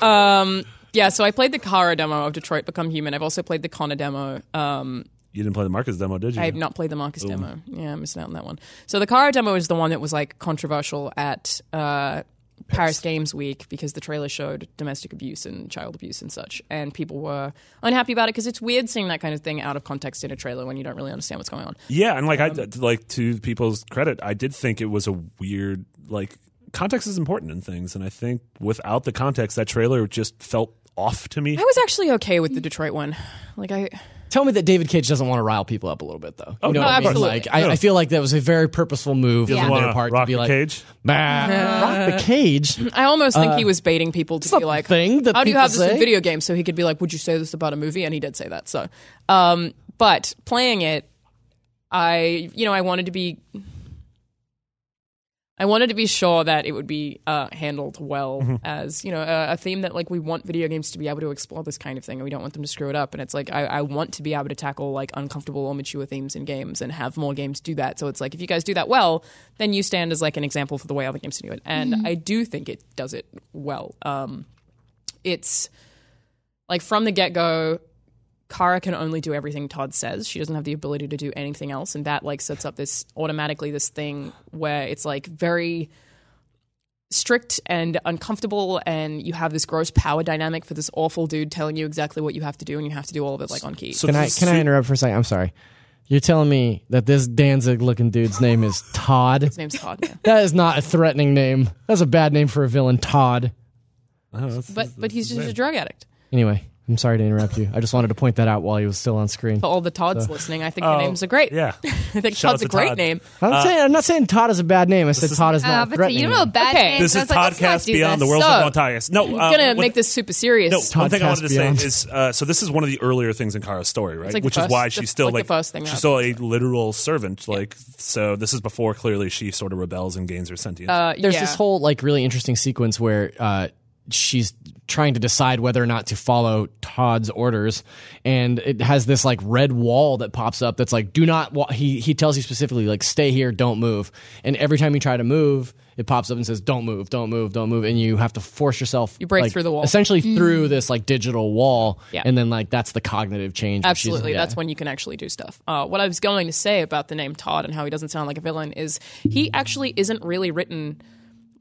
yeah, so I played the Kara demo of Detroit Become Human. I've also played the Connor demo. Um,
You didn't play the Marcus demo, did you?
I have not played the Marcus demo. Yeah, I'm missing out on that one. So the Kara demo is the one that was like controversial at uh, Paris Games Week because the trailer showed domestic abuse and child abuse and such, and people were unhappy about it because it's weird seeing that kind of thing out of context in a trailer when you don't really understand what's going on.
Yeah, and like
Um,
I like to people's credit, I did think it was a weird like context is important in things, and I think without the context, that trailer just felt off to me.
I was actually okay with the Detroit one. Like I,
Tell me that David Cage doesn't want to rile people up a little bit, though. Oh, you know
no,
what I mean?
absolutely.
Like, I, I feel like that was a very purposeful move
doesn't
on
Wanna
their part
rock
to be
the
like,
cage.
"Bah, rock the cage."
I almost think he was baiting people to
not
be
the
like,
thing Uh, that
"How do you
people
have this in
say."
video games?" So he could be like, "Would you say this about a movie?" And he did say that. So, um, but playing it, I you know I wanted to be, I wanted to be sure that it would be uh, handled well
Mm-hmm.
as you know a, a theme that like we want video games to be able to explore this kind of thing, and we don't want them to screw it up. And it's like I, I want to be able to tackle like uncomfortable or mature themes in games, and have more games do that. So it's like if you guys do that well, then you stand as like an example for the way other games do it. And
Mm-hmm.
I do think it does it well. Um, it's like from the get go, Kara can only do everything Todd says. She doesn't have the ability to do anything else, and that like sets up this automatically this thing where it's like very strict and uncomfortable and you have this gross power dynamic for this awful dude telling you exactly what you have to do and you have to do all of it like on key.
So
Can I
this is
can I
[LAUGHS] su-
interrupt for a second? I'm sorry. You're telling me that this Danzig looking dude's name is Todd?
His name's Todd. Yeah.
That is not a threatening name. That's a bad name for a villain, Todd.
I don't know, Oh, that's- [LAUGHS]
But but he's just a drug addict.
Anyway, I'm sorry to interrupt you. I just wanted to point that out while he was still on screen.
Oh.
To all the Todd's listening, I think your name's a great.
Uh,
[LAUGHS]
Yeah.
I think
Shout out
Todd's a
to
great
Todd.
name.
I'm,
Uh,
saying, I'm not saying Todd is a bad name. I said Todd is
Uh,
not
but
threatening.
you know, bad
Okay.
names.
This
I
is
was like, let's not
podcast
do
beyond the
this.
world
So-
of Montias. No,
I'm
uh,
gonna
what-
make this super serious.
No, one thing I
Podcast
wanted to
beyond.
say is uh, so this is one of the earlier things in Kara's story, right?
It's like the
Which is
first-
why
the-
she's still
like the
like,
first thing
she's
happened.
still a literal servant. Like so, this is before clearly she sort of rebels and gains her sentience.
Uh,
there's
yeah.
this whole like really interesting sequence where uh, she's trying to decide whether or not to follow Todd's orders, and it has this like red wall that pops up that's like, "Do not." Wa-. He he tells you specifically like, "Stay here, don't move." And every time you try to move, it pops up and says, "Don't move, don't move, don't move," and you have to force yourself. You
break through the wall. Mm-hmm.
essentially through this like digital wall,
Yeah.
and then like that's the cognitive change. where she's-
Absolutely.
yeah.
That's when you can actually do stuff. Uh, what I was going to say about the name Todd and how he doesn't sound like a villain is he actually isn't really written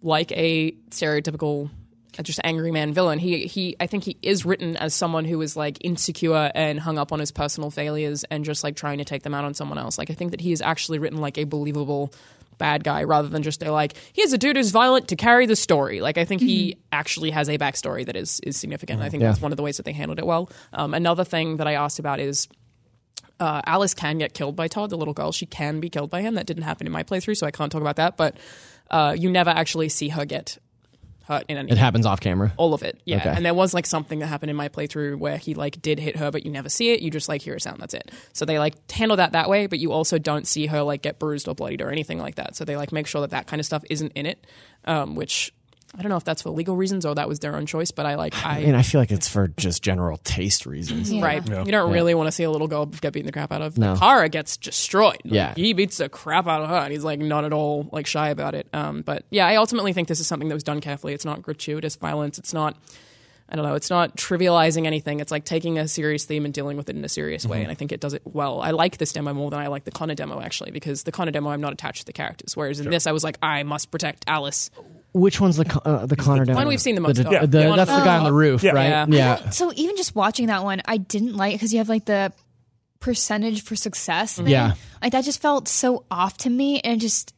like a stereotypical uh, just angry man villain. He he I think he is written as someone who is like insecure and hung up on his personal failures and just like trying to take them out on someone else. Like I think that he is actually written like a believable bad guy rather than just a like here's a dude who's violent to carry the story. Like I think
Mm-hmm.
he actually has a backstory that is is significant. I think that's one of the ways that they handled it well. Um, another thing that I asked about is uh, Alice can get killed by Todd, the little girl. She can be killed by him. That didn't happen in my playthrough, so I can't talk about that. But uh, you never actually see her get hurt in any.
it happens off camera.
all of it, yeah.
Okay.
And there was like something that happened in my playthrough where he like did hit her, but you never see it. You just like hear a sound. That's it. So they like handle that that way, but you also don't see her like get bruised or bloodied or anything like that. So they like make sure that that kind of stuff isn't in it, um, which. I don't know if that's for legal reasons or that was their own choice, but I like
[LAUGHS]
I Mm-hmm.
And I feel like it's for just general taste reasons.
Right. You don't really want to see a little girl get beaten the crap out of.
No.
Kara gets destroyed. Like,
Yeah.
he beats the crap out of her, and he's like not at all like shy about it. Um, but yeah, I ultimately think this is something that was done carefully. It's not gratuitous violence. It's not. I don't know. It's not trivializing anything. It's like taking a serious theme and dealing with it in a serious way. And I think it does it well. I like this demo more than I like the Connor demo actually, because the Connor demo I'm not attached to the characters. Whereas in this, I was like, I must protect Alice.
Which one's the Con- uh, the Connor?
one we've seen the most
The,
of. Yeah.
the-
The one
that's the
with
guy
the-
on the roof,
Yeah.
right?
Yeah.
Yeah.
So even just watching that one, I didn't like because you have like the percentage for success. Thing.
Yeah.
like that just felt so off to me, and just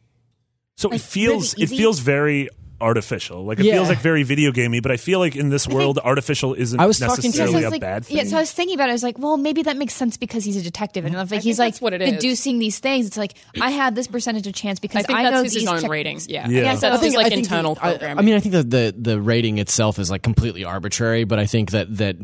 so it
like,
feels
really
it
easy?
feels very artificial. Like it
Yeah.
feels like very video gamey. But I feel like in this world, artificial isn't
I was talking to-
necessarily
so I
Yeah,
was
a
like,
bad thing.
yeah. So I was thinking about it. I was like, well, maybe that makes sense because he's a detective, and if, like he's
that's
like
what it is.
deducing these things. It's like I had this percentage of chance because
I
I,
think that's
know
his,
these
own
tech-
ratings. Yeah.
Yeah.
I guess that's his like
think
internal
the- I-
programming.
I, mean, I think that the the rating itself is like completely arbitrary, but I think that that.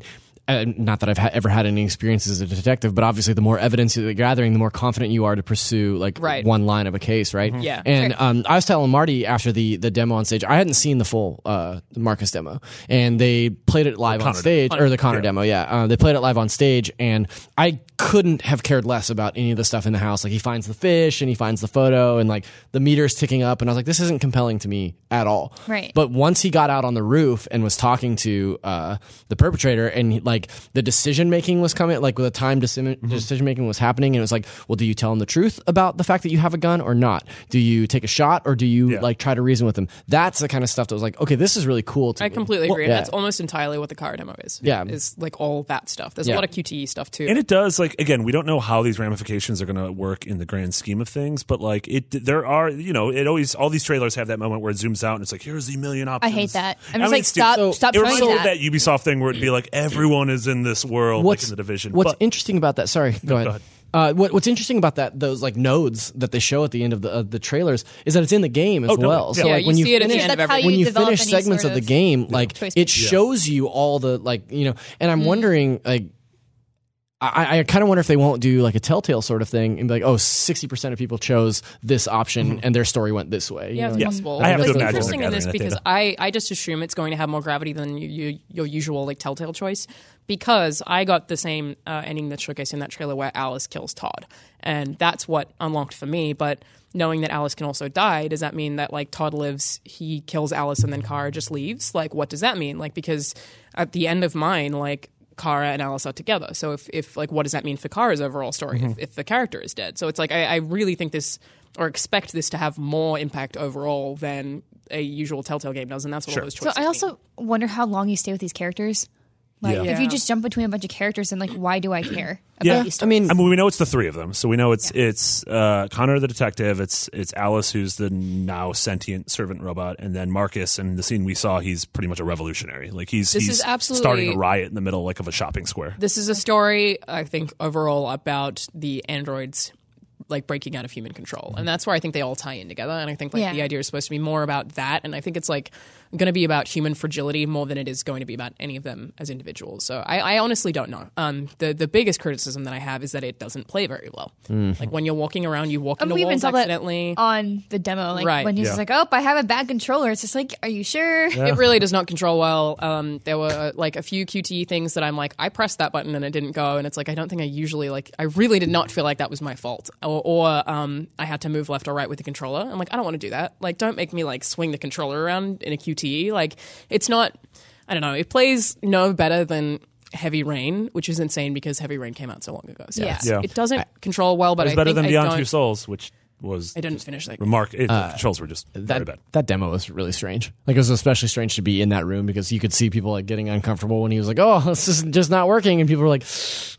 Uh, not that I've ha- ever had any experience as a detective, but obviously, the more evidence you're gathering, the more confident you are to pursue like
Right.
one line of a case, right?
Yeah.
And um, I was telling Marty after the the demo on stage, I hadn't seen the full uh, Marcus demo, and they played it live on
Connor
stage or the Connor demo, yeah. Uh, they played it live on stage, and I couldn't have cared less about any of the stuff in the house. Like he finds the fish and he finds the photo, and like the meter's ticking up, and I was like, this isn't compelling to me at all.
Right.
But once he got out on the roof and was talking to uh, the perpetrator, and like the decision making was coming, like with the time decision making was happening, and it was like, well, do you tell him the truth about the fact that you have a gun or not? Do you take a shot or do you
Yeah.
like try to reason with him? That's the kind of stuff that was like, okay, this is really cool. To
I
me.
completely agree.
yeah.
And that's almost entirely what the car demo is.
Yeah.
Is like all that stuff. There's
Yeah.
a lot of QTE stuff too.
and it does like again we don't know how these ramifications are going to work in the grand scheme of things but like it there are you know it always all these trailers have that moment where it zooms out and it's like here's the million
I
options
hate that. I'm
I
just
mean,
like,
it's
stop,
stupid.
stop
it
trying
reminds me of that
that.
ubisoft thing where it'd be like everyone is in this world like in the division
What's
but
interesting about that? Sorry, go ahead.
ahead.
Uh, what, what's interesting about that those like nodes that they show at the end of the of the trailers is that it's in the game as
Oh, totally.
well. So
Yeah.
like
Yeah,
when
you
you
see it at the
finish-
end of
that's how
everything.
you
when you
develop
finish
any
segments
sort
of, the game, like
choice
it
making. Yeah.
shows you all the like you know. And
Hmm.
I'm wondering like. I, I kind of wonder if they won't do like a telltale sort of thing and be like, oh, 60% of people chose this option and their story went this way. You
Mm-hmm. yeah,
know,
it's possible.
like-
I have
But
to
it's
imagine
interesting
they're
in this
gathering that
because I, I just assume it's going to have more gravity than you, you, your usual like Telltale choice because I got the same uh, ending that's showcased in that trailer where Alice kills Todd, and that's what unlocked for me. But knowing that Alice can also die, does that mean that like Todd lives, he kills Alice, and then Kara just leaves? Like, what does that mean? Like, because at the end of mine, like Kara and Alice are together. So if, if like what does that mean for Kara's overall story if, if the character is dead? So it's like I, I really think this or expect this to have more impact overall than a usual Telltale game does, and that's what all those
So
choices.
I also wonder how long you stay with these characters. Like
Yeah.
if you just jump between a bunch of characters, then like why do I care?
[CLEARS THROAT]
About
Yeah.
these
I mean,
I mean, we know it's the three of them, so we know it's it's uh, Connor the detective, it's it's Alice who's the now sentient servant robot, and then Marcus. And the scene we saw, he's pretty much a revolutionary. Like he's
This
he's
is absolutely-
starting a riot in the middle like of a shopping square.
This is a story, I think, overall about the androids like breaking out of human control. And that's where I think they all tie in together. And I think like
Yeah.
the idea is supposed to be more about that. And I think it's like gonna be about human fragility more than it is going to be about any of them as individuals. So I, I honestly don't know. Um the, the biggest criticism that I have is that it doesn't play very well. Like when you're walking around you walk
Hmm. And
into
we even
walls
saw that
accidentally.
on the demo, like
Right.
when he's
Yeah.
just like, "Oh, I have a bad controller." It's just like, "Are you sure?"
it
Uh.
really does not control well. Um, there were uh, like a few QTE things that I'm like, I pressed that button and it didn't go, and it's like I don't think I usually like. I really did not feel like that was my fault, or, or um, I had to move left or right with the controller. I'm like, I don't want to do that. Like, don't make me like swing the controller around in a QTE. Like, it's not. I don't know. It plays no better than. Heavy Rain, which is insane because Heavy Rain came out so long ago. So
Yeah.
it's-
Yeah.
it doesn't control well, but
It's
I
better
think
than
I
Beyond
don't,
Two Souls, which was
I didn't finish that.
remark. It, the controls were just very bad.
that that demo was really strange. Like it was especially strange to be in that room because you could see people like getting uncomfortable when he was like, "Oh, this is just not working," and people were like,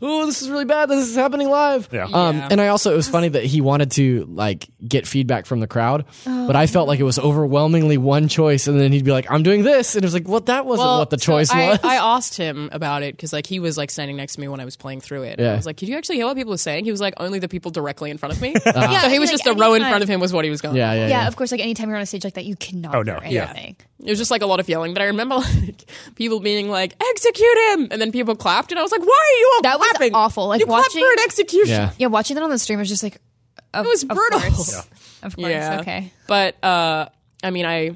"Oh, this is really bad. This is happening live."
Yeah.
Um, and I also it was funny that he wanted to like get feedback from the crowd, but I felt like it was overwhelmingly one choice, and then he'd be like, "I'm doing this," and it was like, "Well, that wasn't what the
so
choice
I,
was."
I asked him about it because like he was like standing next to me when I was playing through it. And
Yeah.
I was like, "Could you actually hear what people were saying?" He was like, "Only the people directly in front
[LAUGHS]
of me."
Yeah,
so he
I
was
feel
just
like
the row in
anytime-
front of him was what he was going.
Uh-huh. yeah, yeah,
Yeah,
yeah.
of course. Like anytime you're on a stage like that, you cannot.
Oh, no,
hear
yeah.
anything.
It was just like a lot of yelling, but I remember [LAUGHS] like people being like, "Execute him!" and then people clapped, and I was like, "Why are you all
That was
clapping?
awful, like,
you clapped
watching-
for an execution.
Yeah.
Yeah, watching that on the stream was just like, of,
It was brutal.
Of course, of course.
Yeah.
okay.
But uh, I mean, I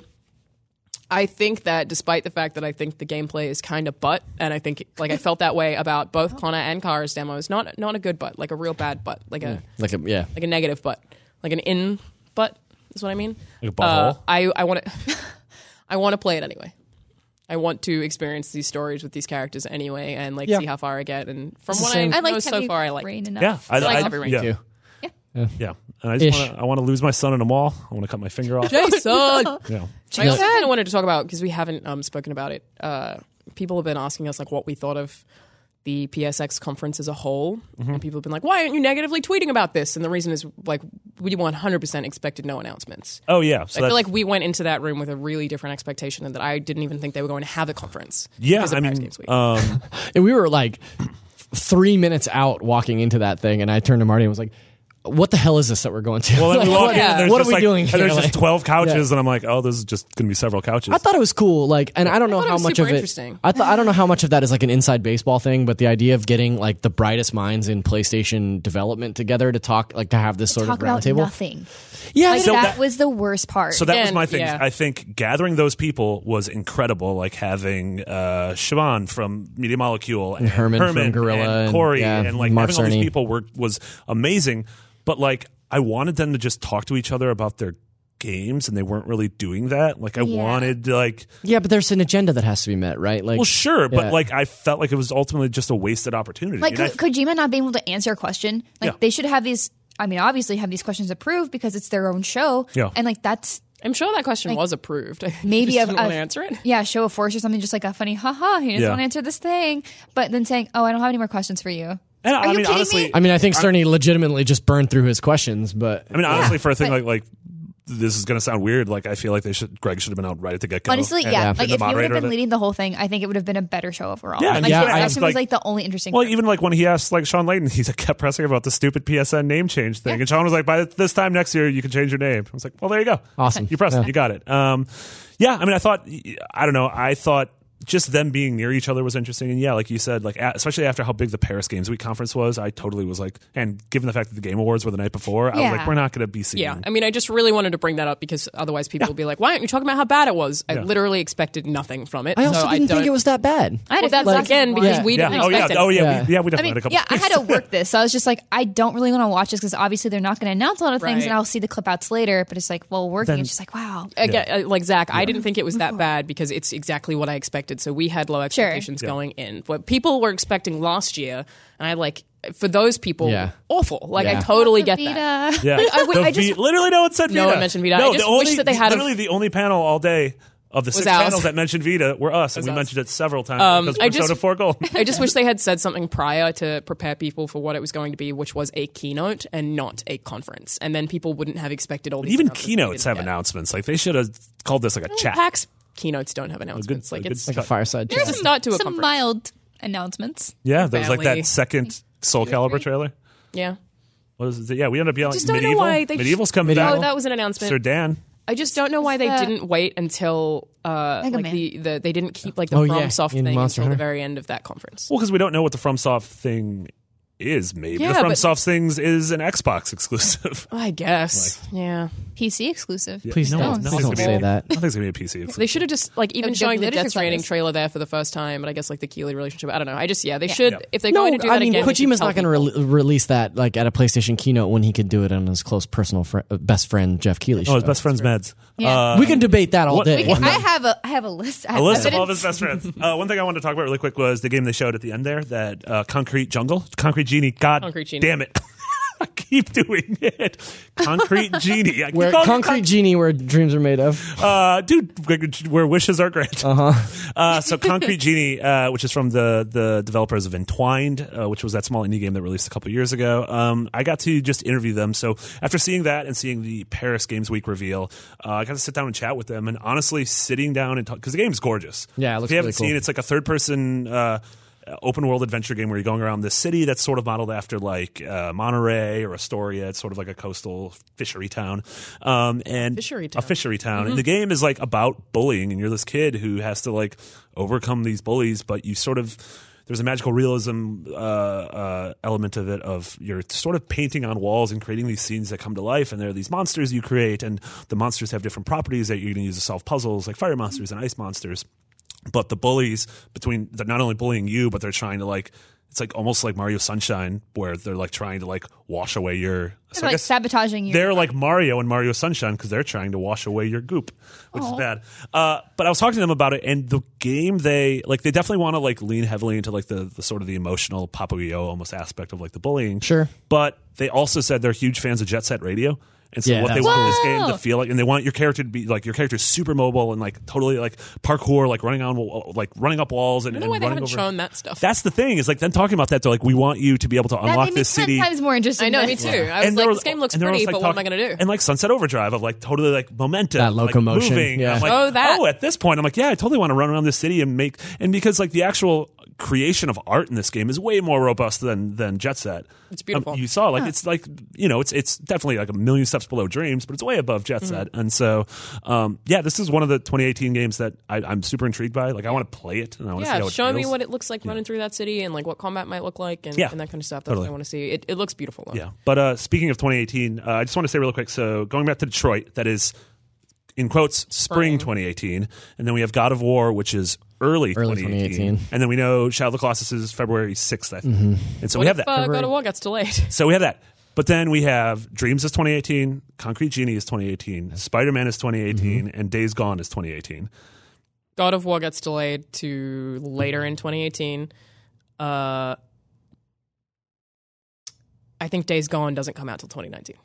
I think that despite the fact that I think the gameplay is kind of butt, and I think like I felt that way about both Connor and Kara's demos. Not not a good butt, like a real bad butt, like a
like, a, yeah,
like a negative butt, like an in butt is what I mean. Uh,
Like a butthole?
I I want to [LAUGHS] I want to play it anyway. I want to experience these stories with these characters anyway, and like
Yeah.
see how far I get. And from
It's the
what I
same.
know
I like
so far, I like.
rain enough.
Yeah, I,
like
I-
every rank
yeah,
too.
yeah. And I just
Ish.
wanna, I want to lose my son in a mall. I want to cut my finger
[LAUGHS]
off.
[LAUGHS]
Jason.
yeah.
I also kind of wanted to talk about because we haven't um, spoken about it. Uh, people have been asking us like what we thought of the PSX conference as a whole,
Mm-hmm.
and people have been like, "Why aren't you negatively tweeting about this?" And the reason is like we 100% expected no announcements.
Oh yeah. So
I
that's-
feel like we went into that room with a really different expectation, and that I didn't even think they were going to have a conference.
yeah.
because of
I
Paris
mean,
Games Week.
um,
and we were like three minutes out walking into that thing, and I turned to Marty and was like, "What the hell is this that we're going to?"
well, then
[LAUGHS] Like,
we walk
what,
in. And there's
what
just
are we
like,
doing
and
here?
There's
Like-
just twelve couches,
Yeah.
and I'm like, oh, this is just going to be several couches.
I thought it was cool. Like, and I don't know
thought it
how
was
much
super
of it.
interesting.
I thought I don't know how much of that is like an inside baseball thing, but the idea of getting like the brightest minds in PlayStation development together to talk, like to have this sort
Talk
of roundtable.
about nothing.
Yeah,
Like
so
that,
that-
was the worst part.
So that was
And-
my thing.
yeah.
I think gathering those people was incredible. Like having uh, Siobhan from Media Molecule and,
Herman from Gorilla
and
and,
Corey
yeah,
and like
Mark
having all these
Cerny.
people were was amazing. But like I wanted them to just talk to each other about their games, and they weren't really doing that. Like I wanted like
yeah, but there's an agenda that has to be met, right? Like,
well sure, but
Yeah.
like I felt like it was ultimately just a wasted opportunity.
like
And I
Ko- Kojima not being able to answer a question. Like
Yeah.
they should have these. I mean, obviously have these questions approved because it's their own show.
Yeah.
And like that's
I'm sure that question was approved. [LAUGHS] I
maybe
just
a,
didn't
a-
want to answer
[LAUGHS]
it.
Yeah, show of force or something, just like a funny haha. He doesn't
Yeah.
want to answer this thing, but then saying, "Oh, I don't have any more questions for you."
And
Are
I mean,
you kidding
honestly,
me?
I mean, I think Cerny legitimately just burned through his questions, but
I mean, honestly, for a thing
but-
like like this is going to sound weird. Like I feel like they should Greg should have been out right at the get go.
Honestly, yeah.
the
Like if he would have
moderator of it.
been leading the whole thing, I think it would have been a better show overall.
Yeah,
like
yeah,
his
I-
question was
like-
like the only interesting.
Well,
part.
even like when he asked like Sean Layton, [LAUGHS] he kept pressing about the stupid PSN name change thing, and Sean was like, "By this time next year, you can change your name." I was like, "Well, there you go,
Awesome.
you pressed it, you got it." Um, yeah, I mean, I thought, I don't know, I thought just them being near each other was interesting, and yeah, like you said, like a- especially after how big the Paris Games Week conference was, I totally was like, and given the fact that the Game Awards were the night before, I
Yeah.
was like, we're not going to be seen.
Yeah, I mean, I just really wanted to bring that up because otherwise people will be like, "Why aren't you talking about how bad it was?" I literally expected nothing from it.
I also
so
didn't
don't-
think it was that bad.
I had a
Well,
few
that's
glasses
again
of
because
wine.
we
Yeah.
didn't
Oh yeah.
expect it.
Oh yeah. We, yeah. We
I
definitely
mean,
had a couple.
yeah, I
[LAUGHS]
had to work this. So I was just like, I don't really want to watch this because obviously they're not going to announce a lot of things,
Right.
and I'll see the clip outs later. But it's like, well, working, it's just like, wow.
Again, uh, like Zach, I didn't think it was that bad because it's exactly what I expected. So we had low expectations going in. What people were expecting last year, and I like for those people,
Yeah.
awful. Like I
Yeah.
totally get that.
Vita. [LAUGHS]
Yeah,
I w-
The
I just-
V- literally no one said
No
Vita.
one mentioned Vita.
No,
I
the
just
only,
wish that they had a-
literally the only panel all day of the six
ours.
panels that mentioned Vita were us, and we
us.
mentioned it several times because
I
Persona
just-
4 Gold.
[LAUGHS] I just wish they had said something prior to prepare people for what it was going to be, which was a keynote and not a conference, and then people wouldn't have expected all.
[LAUGHS]
These
Even
announcements
keynotes
that we
have
didn't get.
announcements. Like they should have called this like a chat.
PAX keynotes don't have announcements. like
a good
it's
Like
like a fireside
it's
chat.
a start to a
Some
conference.
mild announcements.
Yeah, there was like
Valley.
that second Soul Calibur trailer.
yeah.
What is it? Yeah, we ended up yelling
just don't know
medieval.
why they sh-
Medieval's coming
Medieval.
back.
Oh, that was an announcement.
Sir Dan.
I just don't know why they
that-
didn't wait until uh,
Mega
like
Man.
the, the they didn't keep like the
Oh, yeah,
FromSoft
in
thing
Monster
until the
Hunter.
very end of that conference.
Well, because we don't know what the FromSoft thing is. Maybe
Yeah,
the
but-
FromSoft things is an Xbox exclusive.
I guess. yeah.
PC exclusive.
Please
No,
don't.
nothing's
Please
gonna
don't
be-
say that.
Nothing's gonna be a PC.
They
exclusive.
should have just like even
Of
showing the
literature
Death Stranding
summaries.
trailer there for the first time, but I guess like the Keeley relationship. I don't know. I just yeah, they should
Yeah.
if they're
No,
going to do that
I mean
again. they should
Kojima's
tell
not going to
people.
re- release that like at a PlayStation keynote when he could do it on his close personal fri uh, best friend Jeff Keighley.
Oh, his best friend's meds.
Yeah.
Uh,
we can debate that all
what-
day.
what-
I have a I have a list. I
a
have
list of all of
evidence.
his best friends. Uh, one thing I wanted to talk about really quick was the game they showed at the end there, that uh, Concrete Jungle, Concrete Genie. God
Concrete Genie.
damn it. [LAUGHS] I keep doing it.
[LAUGHS]
Concrete Genie. I keep
[LAUGHS] Where
calling it
concrete genie, where dreams are made of.
[LAUGHS] uh, dude, where wishes are granted.
Uh-huh.
[LAUGHS] Uh, so Concrete Genie, uh, which is from the the developers of Entwined, uh, which was that small indie game that released a couple years ago. Um, I got to just interview them. So after seeing that and seeing the Paris Games Week reveal, uh, I got to sit down and chat with them. And honestly, sitting down and talk because the game's gorgeous.
Yeah, it
if
looks
you haven't
really cool.
seen it, it's like a third person. Uh, Open world adventure game where you're going around this city that's sort of modeled after like uh, Monterey or Astoria. It's sort of like a coastal fishery town, um, and
Fishery
a
town. Mm-hmm.
fishery town. And the game is like about bullying, and you're this kid who has to like overcome these bullies, but you sort of there's a magical realism uh, uh, element of it of you're sort of painting on walls and creating these scenes that come to life and there are these monsters you create and the monsters have different properties that you're going to use to solve puzzles like fire monsters and ice monsters but the bullies between they're not only bullying you but they're trying to like it's like almost like mario sunshine where they're like trying to like wash away your so I
like
guess-
sabotaging you.
they're like Mario and Mario Sunshine because they're trying to wash away your goop, which is bad. Uh, but I was talking to them about it, and the game they like they definitely want to like lean heavily into like the, the sort of the emotional Papuyo almost aspect of like the bullying.
Sure.
but they also said they're huge fans of Jet Set Radio. And so
Yeah,
what they
that's
want
cool.
this game to
Whoa.
feel like, and they want your character to be like your character is super mobile and like totally like parkour, like running on wa- like running up walls and,
I don't
and
know why they
running
haven't
over.
shown that stuff.
That's the thing is like them talking about that. They're like, we want you to be able to
that
unlock
made me
this
ten
city.
times more interested.
I know,
in
me
that.
too. I
there
was like,
was-
this game looks
and there was,
pretty,
like,
but what am
talk-
I going to do?
And like Sunset Overdrive of like totally like momentum,
That
like,
locomotion,
moving.
yeah.
I'm like,
Oh, that.
oh, at this point, I'm like, yeah, I totally want to run around this city and make and because like the actual creation of art in this game is way more robust than than Jet Set. Um,
It's beautiful.
you saw like it's like you know it's it's definitely like a million steps below Dreams, but it's way above Jet
Mm-hmm.
Set. And so, um, yeah, this is one of the 2018 games that I, I'm super intrigued by. Like, I want to play it and I want to see
yeah,
how it
show me
feels.
what it looks like running through that city and like what combat might look like and,
Yeah.
and that kind of stuff. That's
Totally.
what I want to see. It, it looks beautiful. Though.
Yeah. But uh, speaking of 2018, uh, I just want to say real quick. So going back to Detroit, that is in quotes spring 2018, and then we have God of War, which is early,
Early
2018.
2018.
and then we know Shadow of the Colossus is February 6th, I think. And so
What
we have
if
that.
uh, God of War gets delayed? [LAUGHS]
So we have that. But then we have Dreams is 2018, Concrete Genie is 2018, Spider Man is 2018, and Days Gone is 2018.
God of War gets delayed to later in 2018. Uh, I think Days Gone doesn't come out till 2019.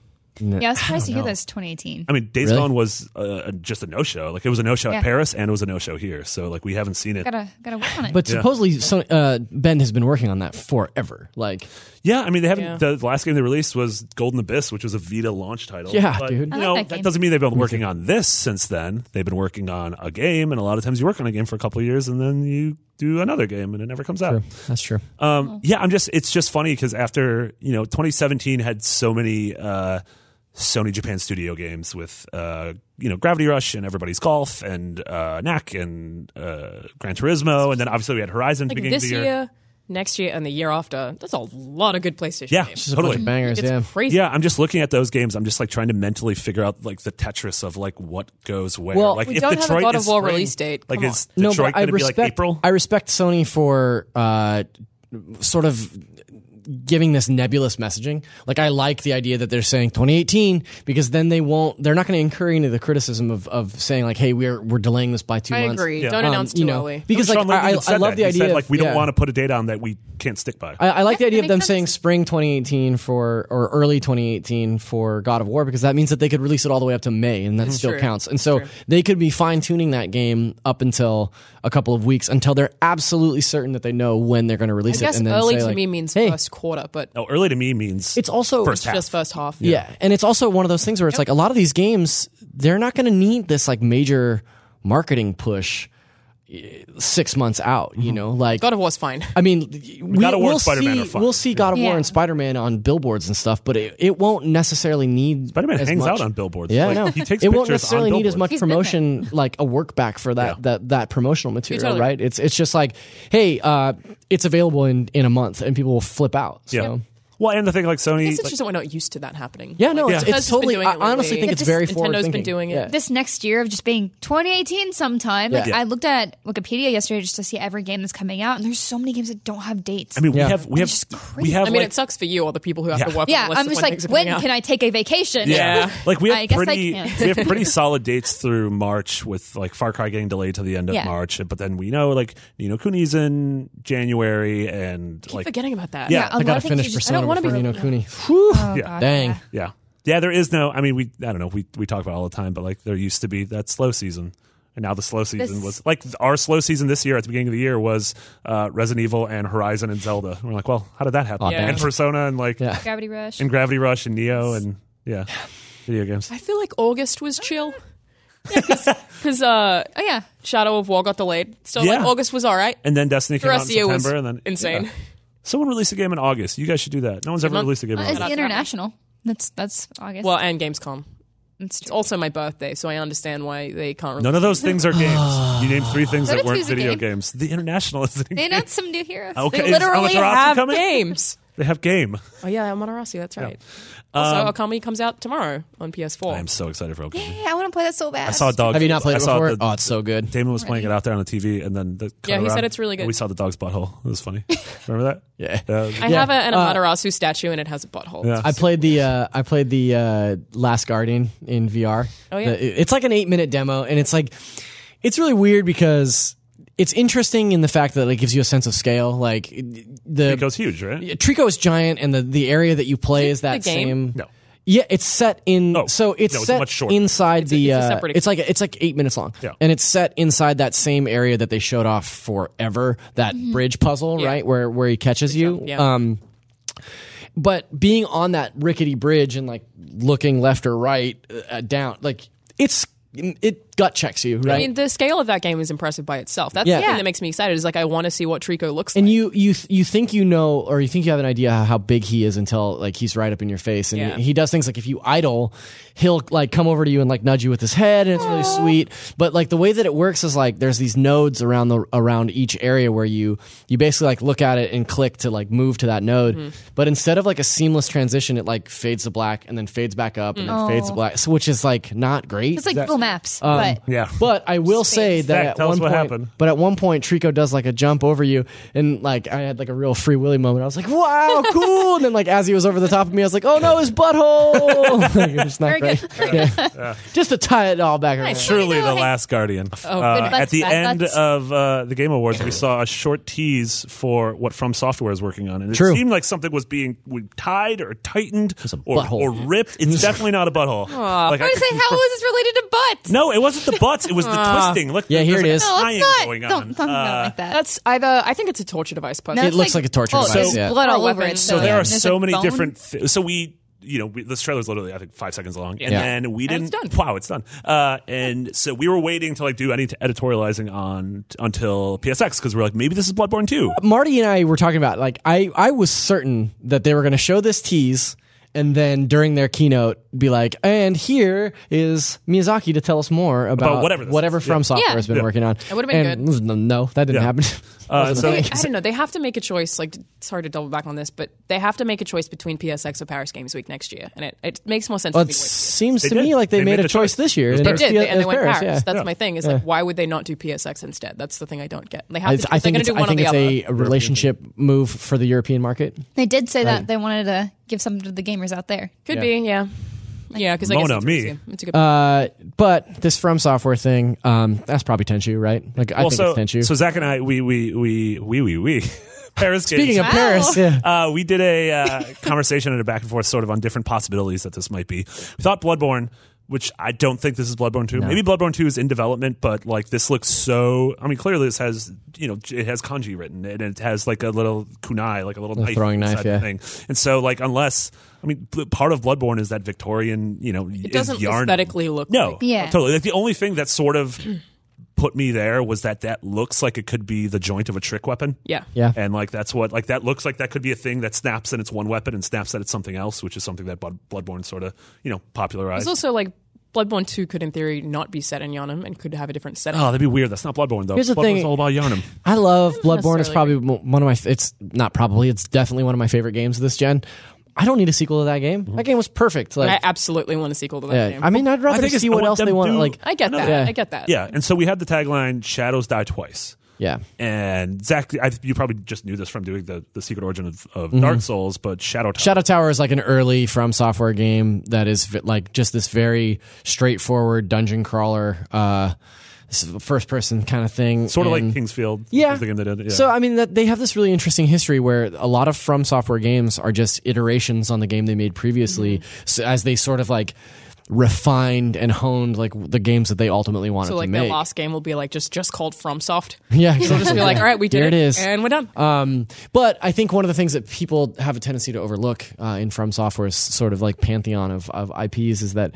Yeah, I was surprised to hear that's 2018.
I mean, Days
Really?
Gone was uh, just a no show. Like it was a no show
Yeah.
at Paris, and it was a no show here. So like we haven't seen it.
Gotta gotta work on it.
But supposedly, some, uh, Ben has been working on that forever. Like,
Yeah, I mean they haven't.
Yeah.
The the last game they released was Golden Abyss, which was a Vita launch title.
Yeah,
But,
dude.
You
I like
know,
that
that
game.
doesn't mean they've been working on this since then. They've been working on a game, and a lot of times you work on a game for a couple of years, and then you do another game, and it never comes out.
that's true.
Um, yeah, I'm just. It's just funny because after you know, 2017 had so many uh, Sony Japan Studio games with uh, you know Gravity Rush and Everybody's Golf and uh, Knack and uh, Gran Turismo, and then obviously we had Horizon at the
Like
beginning of
this
the
year, next year, and the year after. That's a lot of good PlayStation
Yeah,
games.
Just a
totally.
bunch of bangers.
It's
yeah.
[LAUGHS]
crazy.
Yeah, I'm just looking at those games. I'm just like trying to mentally figure out like the Tetris of like what goes where.
Well,
like
we don't have a God
is
of War
spring,
release date.
Like
Come
is
No,
Detroit
but I
going to be
respect.
like April?
I respect Sony for uh, sort of giving this nebulous messaging. Like I like the idea that they're saying 2018 because then they won't. They're not going to incur any of the criticism of, of saying like, hey, we're we're delaying this by two
I
months.
agree.
Yeah.
Don't
Um,
announce too
you know,
early.
because
Sean
like
Levy
I, I,
even said
I love
that.
the
He
idea.
said,
of-
like we
yeah.
don't want to put a date on that we can't stick by.
I, I like
Yeah,
the idea
that
of them
makes
saying
sense.
spring 2018 for or early 2018 for God of War because that means that they could release it all the way up to May
Mm-hmm.
and that still counts. And so they could be fine tuning that game up until a couple of weeks until they're absolutely certain that they know when they're going to
I
release it.
guess
And then
early
say,
to
like,
me means
hey,
first quarter, but
no, early to me means
It's also
first half.
just first half.
yeah. and it's also one of those things where it's like a lot of these games they're not going to need this like major marketing push eh, six months out. You know, like
Mm-hmm. God of War's fine.
I mean, we,
God of War
will
and Spider-Man are
see
fine.
we'll see God of
Yeah.
War and Spider Man on billboards and stuff, but it, it won't necessarily need
Spider Man
as
hangs
much-
out on billboards.
Yeah,
Like,
I know.
He takes
it
pictures
won't necessarily
on
need as
billboards.
much
He's been there.
promotion, [LAUGHS] like a work back for that
Yeah.
that that promotional material,
totally right.
right? It's it's just like, hey, uh, it's available in in a month, and people will flip out. So.
Yeah. Well, and the thing like
I
Sony,
guess it's
like,
just that we're not used to that happening.
Yeah, no,
Yeah.
it's, it's
Bethesda's been
totally.
doing it
I honestly
lately.
think it's
This-
very
Nintendo's
forward
been
thinking.
doing it.
Yeah.
this next year of just being 2018 sometime. Like
Yeah.
I looked at Wikipedia yesterday just to see every game that's coming out, and there's so many games that don't have dates.
I mean,
Yeah.
we have we have
just
we
crazy.
have
I mean,
like,
it sucks for you or the people who have
Yeah.
to work.
yeah,
on the list
I'm
of
just
when
like,
things are
when
coming out.
can I take a vacation?
Yeah. Like we have
I guess I
pretty
can't.
we have pretty solid dates through March with like Far Cry getting delayed to the end of
Yeah.
March, but then we know like Nino Cooney's in January and like
Forgetting about that.
Yeah.
a
I
lot
gotta
of things you
finish
just-
I
Persona
don't wanna
before
be-
Nino Cooney.
Oh,
Yeah.
God,
Dang.
yeah.
yeah. Yeah, there is no I mean we I don't know, we we talk about it all the time, but like there used to be that slow season. And now the slow season
This-
was like our slow season this year at the beginning of the year was uh, Resident Evil and Horizon and Zelda. And we're like, well, how did that happen?
Yeah.
And Persona and like
Yeah.
Gravity Rush.
and Gravity Rush and Neo and
[SIGHS]
yeah, video games.
I feel like August was chill. [LAUGHS] Because uh,
oh yeah.
Shadow of War got delayed, so
Yeah.
like August was all right.
And then Destiny
The
came out in
rest of year
September,
was
and then
insane.
yeah. Someone released a game in August. You guys should do that. No one's ever
month.
released a game in
Well, it's
August.
Not-
international. That's that's August.
Well, and Gamescom.
that's true.
It's also my birthday, so I understand why they can't.
None of those things are games. You named three things
That
that
is
weren't
who's a
video
game.
games. The international is
they announced some new heroes.
Okay.
they
Is
literally
Amaterasu
have
coming?
games.
They have game.
Oh yeah, Amaterasu. That's right. Also, Okami comes out tomorrow on PS4.
I'm so excited for Okami.
Yeah, I want to play that so bad.
I saw a dog.
Have you not played
I
it
saw
before?
the-
Oh, it's so good.
Damon was playing it out there on the TV, and then the cut
Yeah, he said
around,
it's really
and
good.
We saw the dog's butthole. It was
[LAUGHS]
funny. Remember that? Uh,
Yeah.
I have a, an Amaterasu statue, and it has a butthole.
Yeah.
I played the uh, I played the uh, Last Guardian in VR.
Oh, yeah.
The- it's like an eight minute demo, and it's like it's really weird because it's interesting in the fact that it gives you a sense of scale. Like the
it goes huge, right?
Trico is giant, and the, the area that you play is that
the game?
same.
No.
Yeah, it's set in.
Oh,
so it's
no, it's
set
much shorter.
inside the.
it's a
uh,
separate
it's like it's like eight minutes long.
Yeah.
and it's set inside that same area that they showed off forever. That bridge puzzle,
Mm-hmm. Yeah.
right where where he catches you.
yeah.
Um, but being on that rickety bridge and like looking left or right uh, down, like it's it gut checks you, right?
I mean, the scale of that game is impressive by itself. That's
Yeah.
the thing
Yeah.
that makes me excited. Is like I want to see what Trico looks
and
like.
you you th- you think you know or you think you have an idea how big he is until like he's right up in your face and
Yeah.
he, he does things like if you idle he'll like come over to you and like nudge you with his head and it's really sweet but like the way that it works is like there's these nodes around the around each area where you you basically like look at it and click to like move to that node
Mm-hmm.
but instead of like a seamless transition it like fades to black and then fades back up and then fades to black so, which is like not great
It's like Google Maps, but
Um,
[LAUGHS]
yeah.
but I will say that
Zach,
at
tell us
one
what
point,
happened.
but at one point, Trico does like a jump over you, and like I had like a real free Willy moment. I was
[LAUGHS]
like, "Wow, cool!" and then like as he was over the top of me, I was like, "Oh no, his butthole!" [LAUGHS] like, it was not
Very
great. Yeah.
[LAUGHS]
Just to tie it all back around.
truly
You know,
the
like-
last guardian Uh,
Oh, good.
at the
That's-
end
that's-
of uh, the game awards we saw a short tease for what from software is working on and it
True.
seemed like something was being tied or tightened
a
or,
butthole.
or ripped it's definitely not a butthole like,
I
I
was
could
say, how is this related to butts?
no it wasn't the butts it was the twisting look
Yeah, here
there's
it
like a tying
No,
is.
let's not.
going on.
Don't, don't
Uh,
like that.
That's either I think it's a torture device, personally.
It
That's
looks like a torture
oh,
device,
There's
yeah.
blood
Or
all over
weapons.
it.
So there are
there's,
so
like,
many
bone.
different. Th- so we, you know, we, this trailer's literally I think five seconds long, and
Yeah.
then we
And it's
didn't.
done.
Wow, it's done. Uh, and so we were waiting to like do any editorializing on until PSX because we're like maybe this is Bloodborne too.
Marty and I were talking about like I I was certain that they were going to show this tease. and then during their keynote be like, and here is Miyazaki to tell us more about,
whatever this is.
From
Yeah.
Software
Yeah.
has been working on. It
would've been
good. No, that didn't
Yeah.
happen. [LAUGHS]
Uh, so-
They- I don't know. They have to make a choice. Like, sorry to double back on this, but they have to make a choice between PSX or Paris Games Week next year, and it, it makes more sense.
Well,
to me
it seems
They
to
did.
me like they, made, a choice this
It
year.
was
and
they
Paris.
it's
did,
the-
they, and they
it's
went Paris.
yeah.
That's
Yeah.
my thing. Is like, why would they not do PSX instead? That's the thing I don't get. They have
I,
to.
I
they're
think
going
it's,
to do
I
one or
think
the
it's
other.
a relationship move for the European market.
They did say that they wanted to give something to the gamers out there.
Could
Yeah.
be, yeah, yeah. Because I guess
Mona,
it's
me.
a museum. It's a good.
Uh, but this From Software thing, um, that's probably Tenchu, right? Like I
well,
think
so,
it's Tenchu.
so Zach and I, we, we, we, we, we, we. [LAUGHS] Paris
Speaking
Games.
of Paris, [LAUGHS] yeah.
uh, we did a uh, conversation and a back and forth sort of on different possibilities that this might be. We thought Bloodborne, which I don't think this is Bloodborne 2. Maybe Bloodborne 2 is in development, but like this looks so. I mean, clearly this has, you know, it has kanji written and it has like a little kunai, like a little knife
throwing knife,
inside the
yeah.
thing. And so, like, unless. I mean, bl- part of Bloodborne is that Victorian, you know,
It doesn't
yarn.
aesthetically look.
No,
like-
Yeah.
totally. Like the only thing that sort of [CLEARS THROAT] put me there was that that looks like it could be the joint of a trick weapon.
yeah.
Yeah.
And like that's what like that looks like that could be a thing that snaps and it's one weapon and snaps that it's something else, which is something that Blood- Bloodborne sort of you know popularized.
It's also like Bloodborne Two could, in theory, not be set in Yharnam and could have a different setting.
Oh, that'd be weird. That's not Bloodborne though.
Here's the
Bloodborne's
thing-
all about
[LAUGHS]
Yarnum.
I love Bloodborne. It's
necessarily
probably mo- one of my. f- It's not probably. It's definitely one of my favorite games of this gen. I don't need a sequel to that game. That game was perfect.
Mm. I
Like,
absolutely want a sequel to that
yeah.
game.
I mean, I'd
I
rather
think it's-
see
I
what
want
else
them
they want.
to-
like,
I get that.
Yeah.
I get that.
Yeah, and so we had the tagline "Shadows Die Twice."
yeah,
And Zach, I, you probably just knew this from doing the, the secret origin of, of Dark Souls, but Shadow Tower.
Mm-hmm. Shadow Tower is like an early From Software game that is v- like just this very straightforward dungeon crawler, uh, first person kind of thing.
sort of
And-
like Kingsfield.
Yeah.
is the game they did. Yeah.
So I mean that they have this really interesting history where a lot of From Software games are just iterations on the game they made previously,
Mm-hmm.
so as they sort of like refined and honed like the games that they ultimately wanted
So
to
like
make.
their last game will be like just just called FromSoft.
[LAUGHS] yeah,
[LAUGHS] They'll just be like, all right, we did
Here it is.
and we're done.
Um, but I think one of the things that people have a tendency to overlook uh, in From Software's sort of like pantheon of, of IPs is that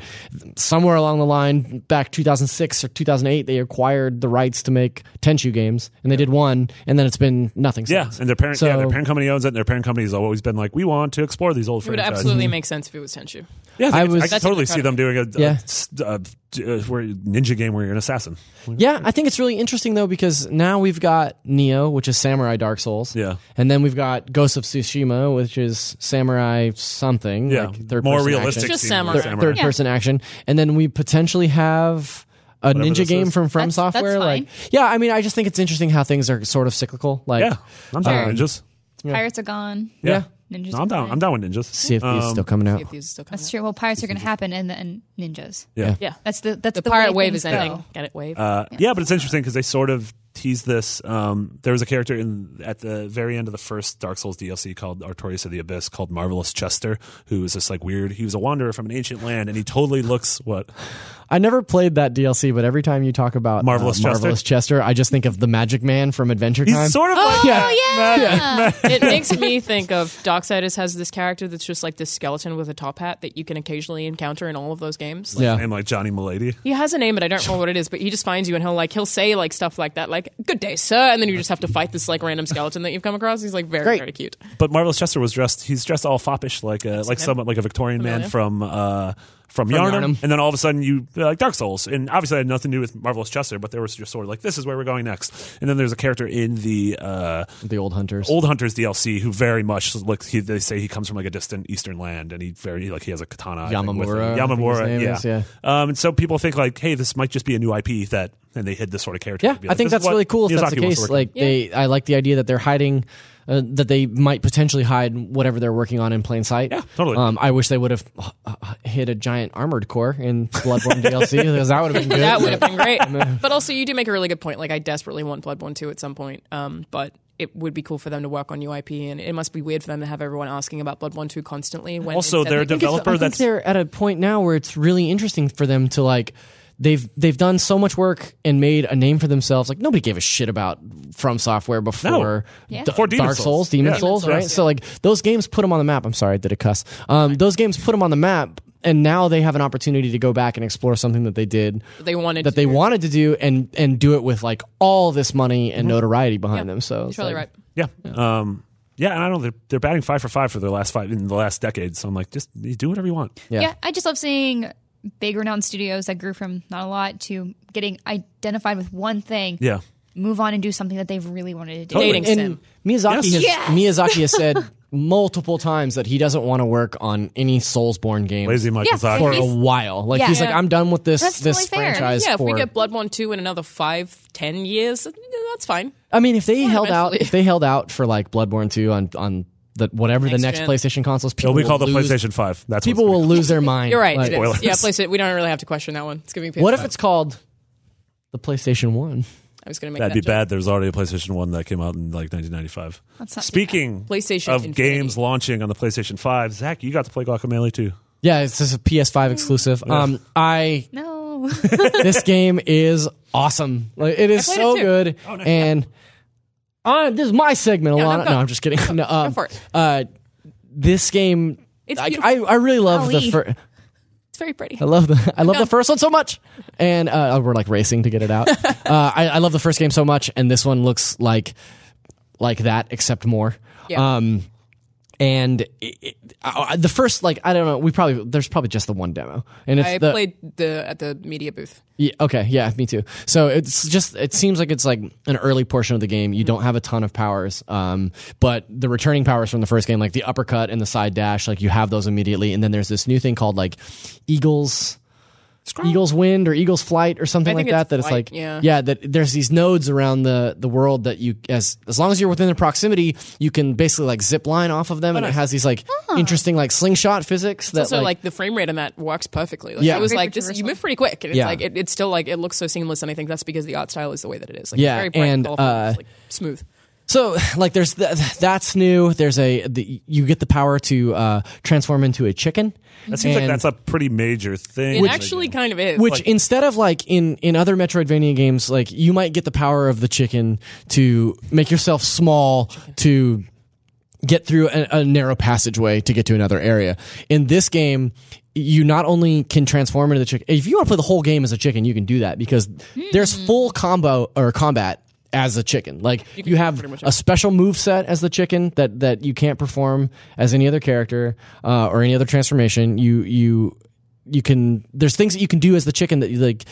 somewhere along the line, back 2006 or 2008, they acquired the rights to make Tenchu games, and they did one, and then it's been nothing
Yeah,
since.
and their parent, yeah,
So-
their parent company owns it, and their parent company has always been like, we want to explore these old
it would
franchises.
absolutely make sense if it was Tenchu.
Yeah, I,
I
think it's-
was-
I could
That's
totally see them doing a, a-
Yeah.
s- a- a- uh, where- ninja game where you're an assassin.
Yeah, I think it's really interesting though because now we've got Neo, which is Samurai Dark Souls.
Yeah.
and then we've got Ghost of Tsushima, which is Samurai something.
Yeah,
like third
more
person
realistic.
action.
Just
seeming
samurai.
than
Third-
samurai.
third person action, and then we potentially have. A ninja
this
game
is.
from From
That's- that's
Software,
fine.
like yeah, I mean, I just think it's interesting how things are sort of cyclical. Like,
Yeah, I'm down
Um,
with ninjas.
Pirates are gone.
Yeah,
Ninjas.
No,
are
I'm down.
fine.
I'm down with ninjas. Um,
see if these still coming out.
If these are still coming
That's
out.
true. Well, pirates are going to happen, and then ninjas.
Yeah.
Yeah.
That's the that's
The
the,
pirate
way
wave is
things go.
ending. Get it? Wave.
Uh, yeah. but it's interesting because they sort of tease this. Um, there was a character in at the very end of the first Dark Souls DLC called Artorias of the Abyss called Marvelous Chester, who was this like weird. He was a wanderer from an ancient land, and he totally looks what
I never played that DLC, but every time you talk about uh,
Marvelous Chester?
Marvelous Chester, I just think of the Magic Man from Adventure
he's
Time.
sort of like.
yeah,
it makes me think of Darksiders has this character that's just like this skeleton with a top hat that you can occasionally encounter in all of those games. Like,
yeah.
Name like Johnny Milady.
He has a name, and I don't remember what it is, but he just finds you and he'll like he'll say like stuff like that, like "Good day, sir," and then you just have to fight this like random skeleton that you've come across. He's like very
Great.
very cute.
But Marvelous Chester was dressed. He's dressed all foppish, like a like someone like a Victorian man
Familiar.
from uh, from, Yarnum.
Yarnum.
And then all of a sudden, you uh, like Dark Souls, and obviously it had nothing to do with Marvelous Chester, but there was just sort of like this is where we're going next. And then there's a character in the uh,
the old hunters.
Old Hunters DLC who very much looks. He, they say he comes from like a distant Eastern land, and he very like he has a katana. I think, with him.
Yamamura, I think his
Yamamura,
name
yeah.
is, yeah.
Um, and so people think like, hey, this might just be a new IP that, and they hid this sort of character.
Yeah,
Be
I
like,
think
this is
that's
what
really cool. If that's
Miyazaki
the
wants to work
case,
on.
like they, I like the idea that they're hiding, uh, that they might potentially hide whatever they're working on in plain sight. Yeah,
totally.
Um, I wish they would have uh, uh, hid a giant armored core in Bloodborne DLC because that would have been good.
That would have been great. but also, you do make a really good point. Like, I desperately want Bloodborne 2 at some point, um, but it would be cool for them to work on UIP, and it must be weird for them to have everyone asking about Bloodborne 2 constantly. When
Also,
instead
they're
they
dev-
can-
[LAUGHS] developer
I think
that's-
they're at a point now where it's really interesting for them to like. They've they've done so much work and made a name for themselves. Like nobody gave a shit about From Software before,
Yeah.
D-
Before Demon
Dark
Souls.
Souls, Demon
Oh, Yeah.
Souls,
Demon
right?
Souls,
So like those games put them on the map. I'm sorry, I did a cuss. Um, those games put them on the map, and now they have an opportunity to go back and explore something that they did
they wanted
that
to
they
do.
wanted to do, and and do it with like all this money and notoriety behind them. So
You're
it's
totally
like-
right.
Yeah. Um, Yeah, and I don't. They're, they're batting five for five for their last five in the last decade. So I'm like, just you do whatever you want.
Yeah. I just love seeing big renowned studios that grew from not a lot to getting identified with one thing,
Yeah,
move on and do something that they've really wanted to do.
Totally.
Dating
And
sim.
Miyazaki has,
Yes.
Miyazaki has said multiple times that he doesn't want to work on any Soulsborne game
lazy Michael
Yeah,
Zach.
for a
He's-
while. Like
Yeah.
he's like,
Yeah.
I'm done with this
That's
this
totally fair.
franchise.
Yeah, if we
for-
get Bloodborne two in another five, ten years, eh, that's fine.
I mean, if they held out,
eventually.
if they held out for like Bloodborne two on on the whatever the
Next
next
gen.
PlayStation consoles, people
It'll be
will
called the
lose-
PlayStation Five. That's
People
what it's
will
[LAUGHS]
lose their mind.
You're right.
Like,
it is.
Spoilers.
Yeah, place it. We don't really have to question that one. It's gonna be.
what if it's called the PlayStation One?
I was gonna make
That'd
that
be bad. There's already a PlayStation One that came out in like 1995.
Let's not do
Speaking
PlayStation
of
Infinity.
games launching on the PlayStation Five, Zach, you got to play Guacamelee too.
Yeah, it's just a PS5 exclusive. Um, I
[LAUGHS]
No.
this game is awesome. Like it is
I played it
so
too.
good.
Oh,
And uh, this is my segment,
no,
Alana. No,
go.
I'm just kidding. No, [LAUGHS] um,
for it.
Uh, this game,
It's
I, I
beautiful.
I really love the
Ali.
first.
It's very pretty.
I love the I love the first one so much, and uh, we're like racing to
[LAUGHS]
get it out. uh, I, I love the first game so much, and this one looks like like that except more.
Yeah.
Um, and it, it, I, I- the first like I don't know. We probably there's probably just the one demo, and if
I
the,
played the at the media booth.
yeah, okay, yeah, me too. So it's just it seems like it's like an early portion of the game. You
Mm-hmm.
don't have a ton of powers, um, but the returning powers from the first game, like the uppercut and the side dash, like you have those immediately. And then there's this new thing called like Eagles. Eagle's wind or Eagle's flight or something
I
like
think
that.
it's
That it's
flight,
like
yeah.
That there's these nodes around the the world that you as as long as you're within their proximity, you can basically like zip line off of them, and it has these like interesting like slingshot physics that
Oh, So like, the frame rate on that works perfectly. Like,
Yeah.
it was
Great
like
picture
this. You
wrestling.
move pretty quick, and it's
Yeah.
like it, it's still like it looks so seamless. And I think that's because the art style is the way that it is. Like,
Yeah,
very bright
and,
colorful,
uh,
it's, like smooth.
So like there's th- that's new. There's a the, you get the power to uh, transform into a chicken.
That seems like
And-
that's a pretty major thing.
It actually kind of is.
which
Like,
instead of like in in other Metroidvania games, like you might get the power of the chicken to make yourself small to get through a, a narrow passageway to get to another area. In this game. You not only can transform into the chicken. If you want to play the whole game as a chicken, you can do that because there's full combo or combat as a chicken. Like you, have a special move set as the chicken that that you can't perform as any other character uh, or any other transformation. You you you can there's things that you can do as the chicken that you like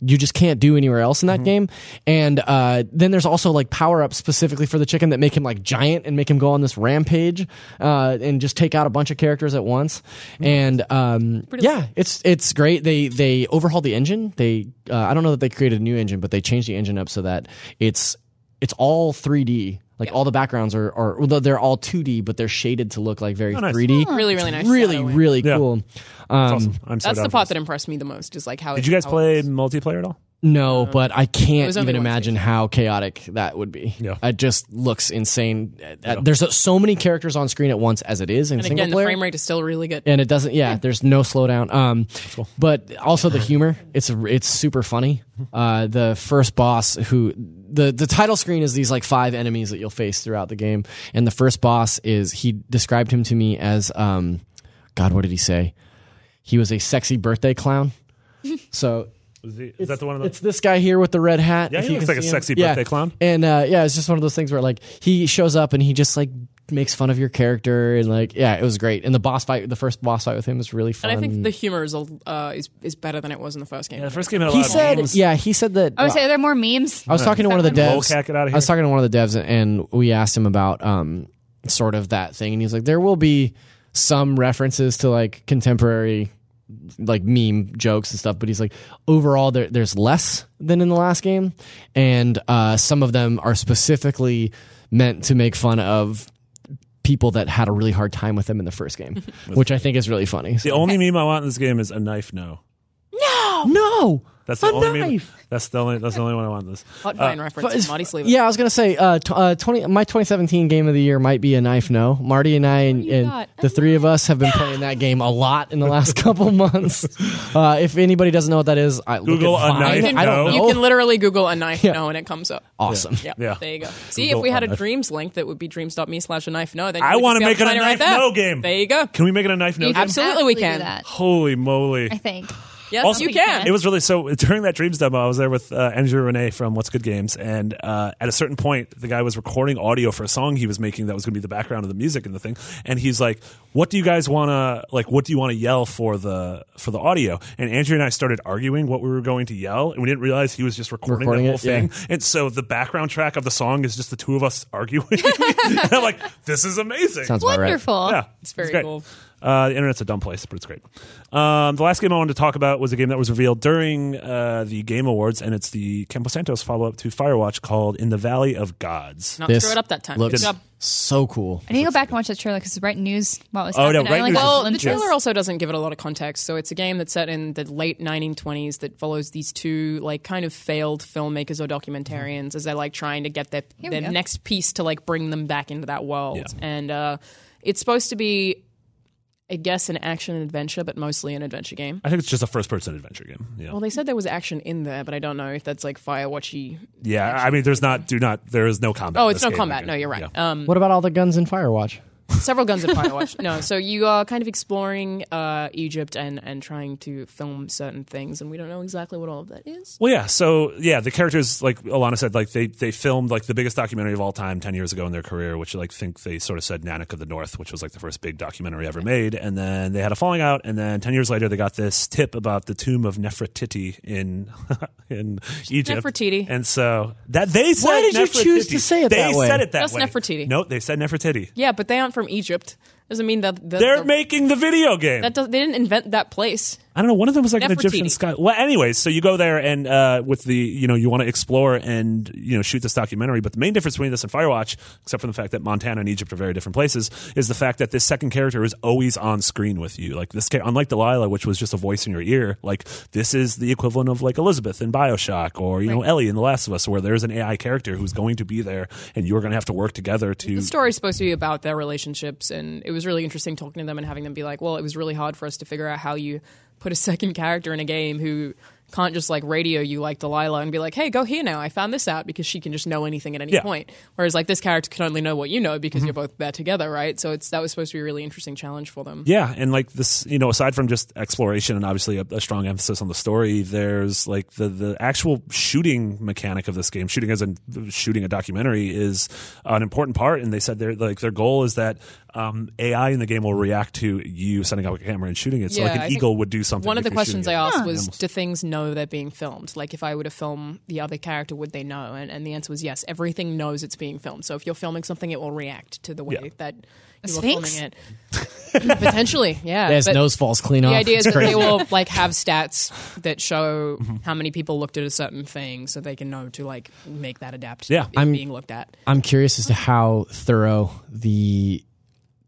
you just can't do anywhere else in
Mm-hmm.
that game and uh, then there's also like power-ups specifically for the chicken that make him like giant and make him go on this rampage uh, and just take out a bunch of characters at once
Mm-hmm.
and um, yeah it's it's great they they overhauled the engine they uh, i don't know that they created a new engine but they changed the engine up so that it's it's all 3d like all the backgrounds are, are although they're all 2D, but they're shaded to look like very
Oh, nice.
3D.
really, really nice.
Really,
shadowing.
really
Yeah.
cool. um,
I'm so
That's
down
the
for
part
this.
that impressed me the most. Is like how
Did
it-
you guys
how it
play
looks.
multiplayer at all?
No, but I can't
Uh-huh. was only
even
one
imagine how chaotic that would be.
Yeah.
It just looks insane. Uh, There's so- so many characters on screen at once as it is in
And
single
again, the
player.
frame rate is still really good.
and it doesn't yeah, there's no slowdown um but also the humor it's it's super funny uh the first boss who the the title screen is these like five enemies that you'll face throughout the game and the first boss is he described him to me as um god what did he say he was a sexy
[LAUGHS]
birthday clown so
Is, the- is that the one? Of the,
it's this guy here with the red hat.
Yeah,
if
he
you
looks
can
like a
see him.
sexy
Yeah.
birthday clown.
And uh, yeah, it's just one of those things where like he shows up and he just like makes fun of your character and like yeah, it was great. And the boss fight, the first boss fight with him was really fun.
And I think the humor is a- uh, is is better than it was in the first game.
yeah, the first game had a
he
lot
said
of memes.
yeah, he said that.
I would say there are more memes.
I was talking to one of the
Lol,
devs.
cack it outta
I was
here.
talking to one of the devs, and we asked him about um, sort of that thing, and he's like, "There will be some references to like contemporary like meme jokes and stuff," but he's like, overall, there, there's less than in the last game, and uh, some of them are specifically meant to make fun of people that had a really hard time with them in the
[LAUGHS]
first game, which I think is really funny.
The only meme I want in this game is a knife. No,
Oh, no,
that's the
A
only meme.
knife!
That's the only. That's the only one I want. in This.
Hot Vine reference, Marty Sleeve.
Yeah, I was gonna say, uh, t- uh, twenty. My twenty seventeen game of the year might be a knife. No, Marty and I and, and
got?
the three of us have been playing that game a lot in
[LAUGHS]
the last couple months. Uh, if anybody doesn't know what that is, I,
Google
look at
a
Vine.
knife,
I don't
no.
know.
You can literally Google a knife no and it comes up.
awesome.
Yeah,
Yeah.
there you go. See,
Google
if we had
a
a
knife.
dreams link that would be dreams.me slash a knife no, then
I
want to
make it a
find it
knife
right there.
no game.
There you go.
Can we make it a knife no?
You
game?
Absolutely
absolutely
can.
do that.
[SIGHS] Holy moly!
I think.
Yes, you can.
It was really so [LAUGHS] during that Dreams demo. I was there with uh, Andrew Renee from What's Good Games, and uh, at a certain point, the guy was recording audio for a song he was making that was going to be the background of the music and the thing. And he's like, "What do you guys want to like? What do you want to yell for the for the audio?" And Andrew and I started arguing what we were going to yell, and we didn't realize he was just recording,
Recording
the whole
it, yeah.
thing. And so the background track of the song is just the two of us arguing. [LAUGHS] and I'm like, "This is amazing."
Sounds about right.
Wonderful.
Yeah,
Oh, It's very
great.
cool.
Uh, the internet's a dumb place, but it's great. Um, the last game I wanted to talk about was a game that was revealed during uh, the Game Awards, and it's the Campo Santos follow up to Firewatch called In the Valley of Gods.
Not
This
screw it up that time. Good
Looks
job.
so cool.
I need to go back and watch the trailer because Bright News. What was
Oh, no,
happening. I
Bright
only
News
got
is-
Well, the
glimpses.
trailer also doesn't give it a lot of context. So it's a game that's set in the late 1920s that follows these two like kind of failed filmmakers or documentarians as they're like trying to get their
we
their
go.
next piece to like bring them back into that world.
Yeah.
And uh, it's supposed to be, I guess, an action and adventure, but mostly an adventure game.
I think it's just a first person adventure game. Yeah.
Well, they said there was action in there, but I don't know if that's like Firewatchy.
yeah. I mean, there's not, do not, there is no combat.
Oh,
in
it's
this
no
game.
combat.
Okay.
No, you're right.
Yeah.
Um,
What about all the guns in Firewatch?
several guns in Firewatch. No, so you are kind of exploring uh, Egypt and and trying to film certain things, and we don't know exactly what all of that is.
Well, yeah. So, yeah, the characters, like Alana said, like they they filmed like the biggest documentary of all time ten years ago in their career, which like think they sort of said Nanak of the North, which was like the first big documentary ever made, and then they had a falling out, and then ten years later they got this tip about the tomb of Nefertiti in [LAUGHS] in Egypt,
Nefertiti.
and so that they said.
did you choose to
Nefertiti.
say it
They
that way?
said it that
Just
way.
Nefertiti.
No, they said Nefertiti.
Yeah, but they aren't from Egypt. Doesn't mean that that-
They're
that-
making the video game.
that does, they didn't invent that place.
I don't know. One of them was like an
Nefertiti.
Egyptian sky. Well, anyways, so you go there and uh, with the you know you want to explore and you know shoot this documentary. But the main difference between this and Firewatch, except for the fact that Montana and Egypt are very different places, is the fact that this second character is always on screen with you. Like this, cha- unlike Delilah, which was just a voice in your ear, like this is the equivalent of like Elizabeth in Bioshock or you know Ellie in The Last of Us, where there's an AI character who's going to be there and you're going to have to work together to
The story's supposed to be about their relationships, and it was really interesting talking to them and having them be like, "Well, it was really hard for us to figure out how you put a [LAUGHS] second character in a game who." Can't just like radio you like Delilah and be like, hey, go here now. I found this out because she can just know anything at any
Yeah.
point. Whereas like this character can only know what you know because you're both there together, right? So it's that was supposed to be a really interesting challenge for them.
Yeah, and like this, you know, aside from just exploration and obviously a, a strong emphasis on the story, there's like the the actual shooting mechanic of this game. Shooting as in shooting a documentary is an important part, and they said their like their goal is that um, AI in the game will react to you setting up a camera and shooting it. So like
I
an
think
eagle would do something.
One of
if
the
you're shooting
questions
it.
I asked was, do things know they're being filmed? Like, if I were to film the other character, would they know? And, and the answer was yes. Everything knows it's being filmed. So if you're filming something, it will react to the way
Yeah.
that you are
sphinx?
filming it. [LAUGHS] Potentially, yeah.
His
But
nose falls clean off.
the idea is
It's
that
crazy.
they will like have stats that show
Mm-hmm.
how many people looked at a certain thing, so they can know to like make that adapt.
Yeah.
to it
I'm-
being looked at.
I'm curious as to how thorough the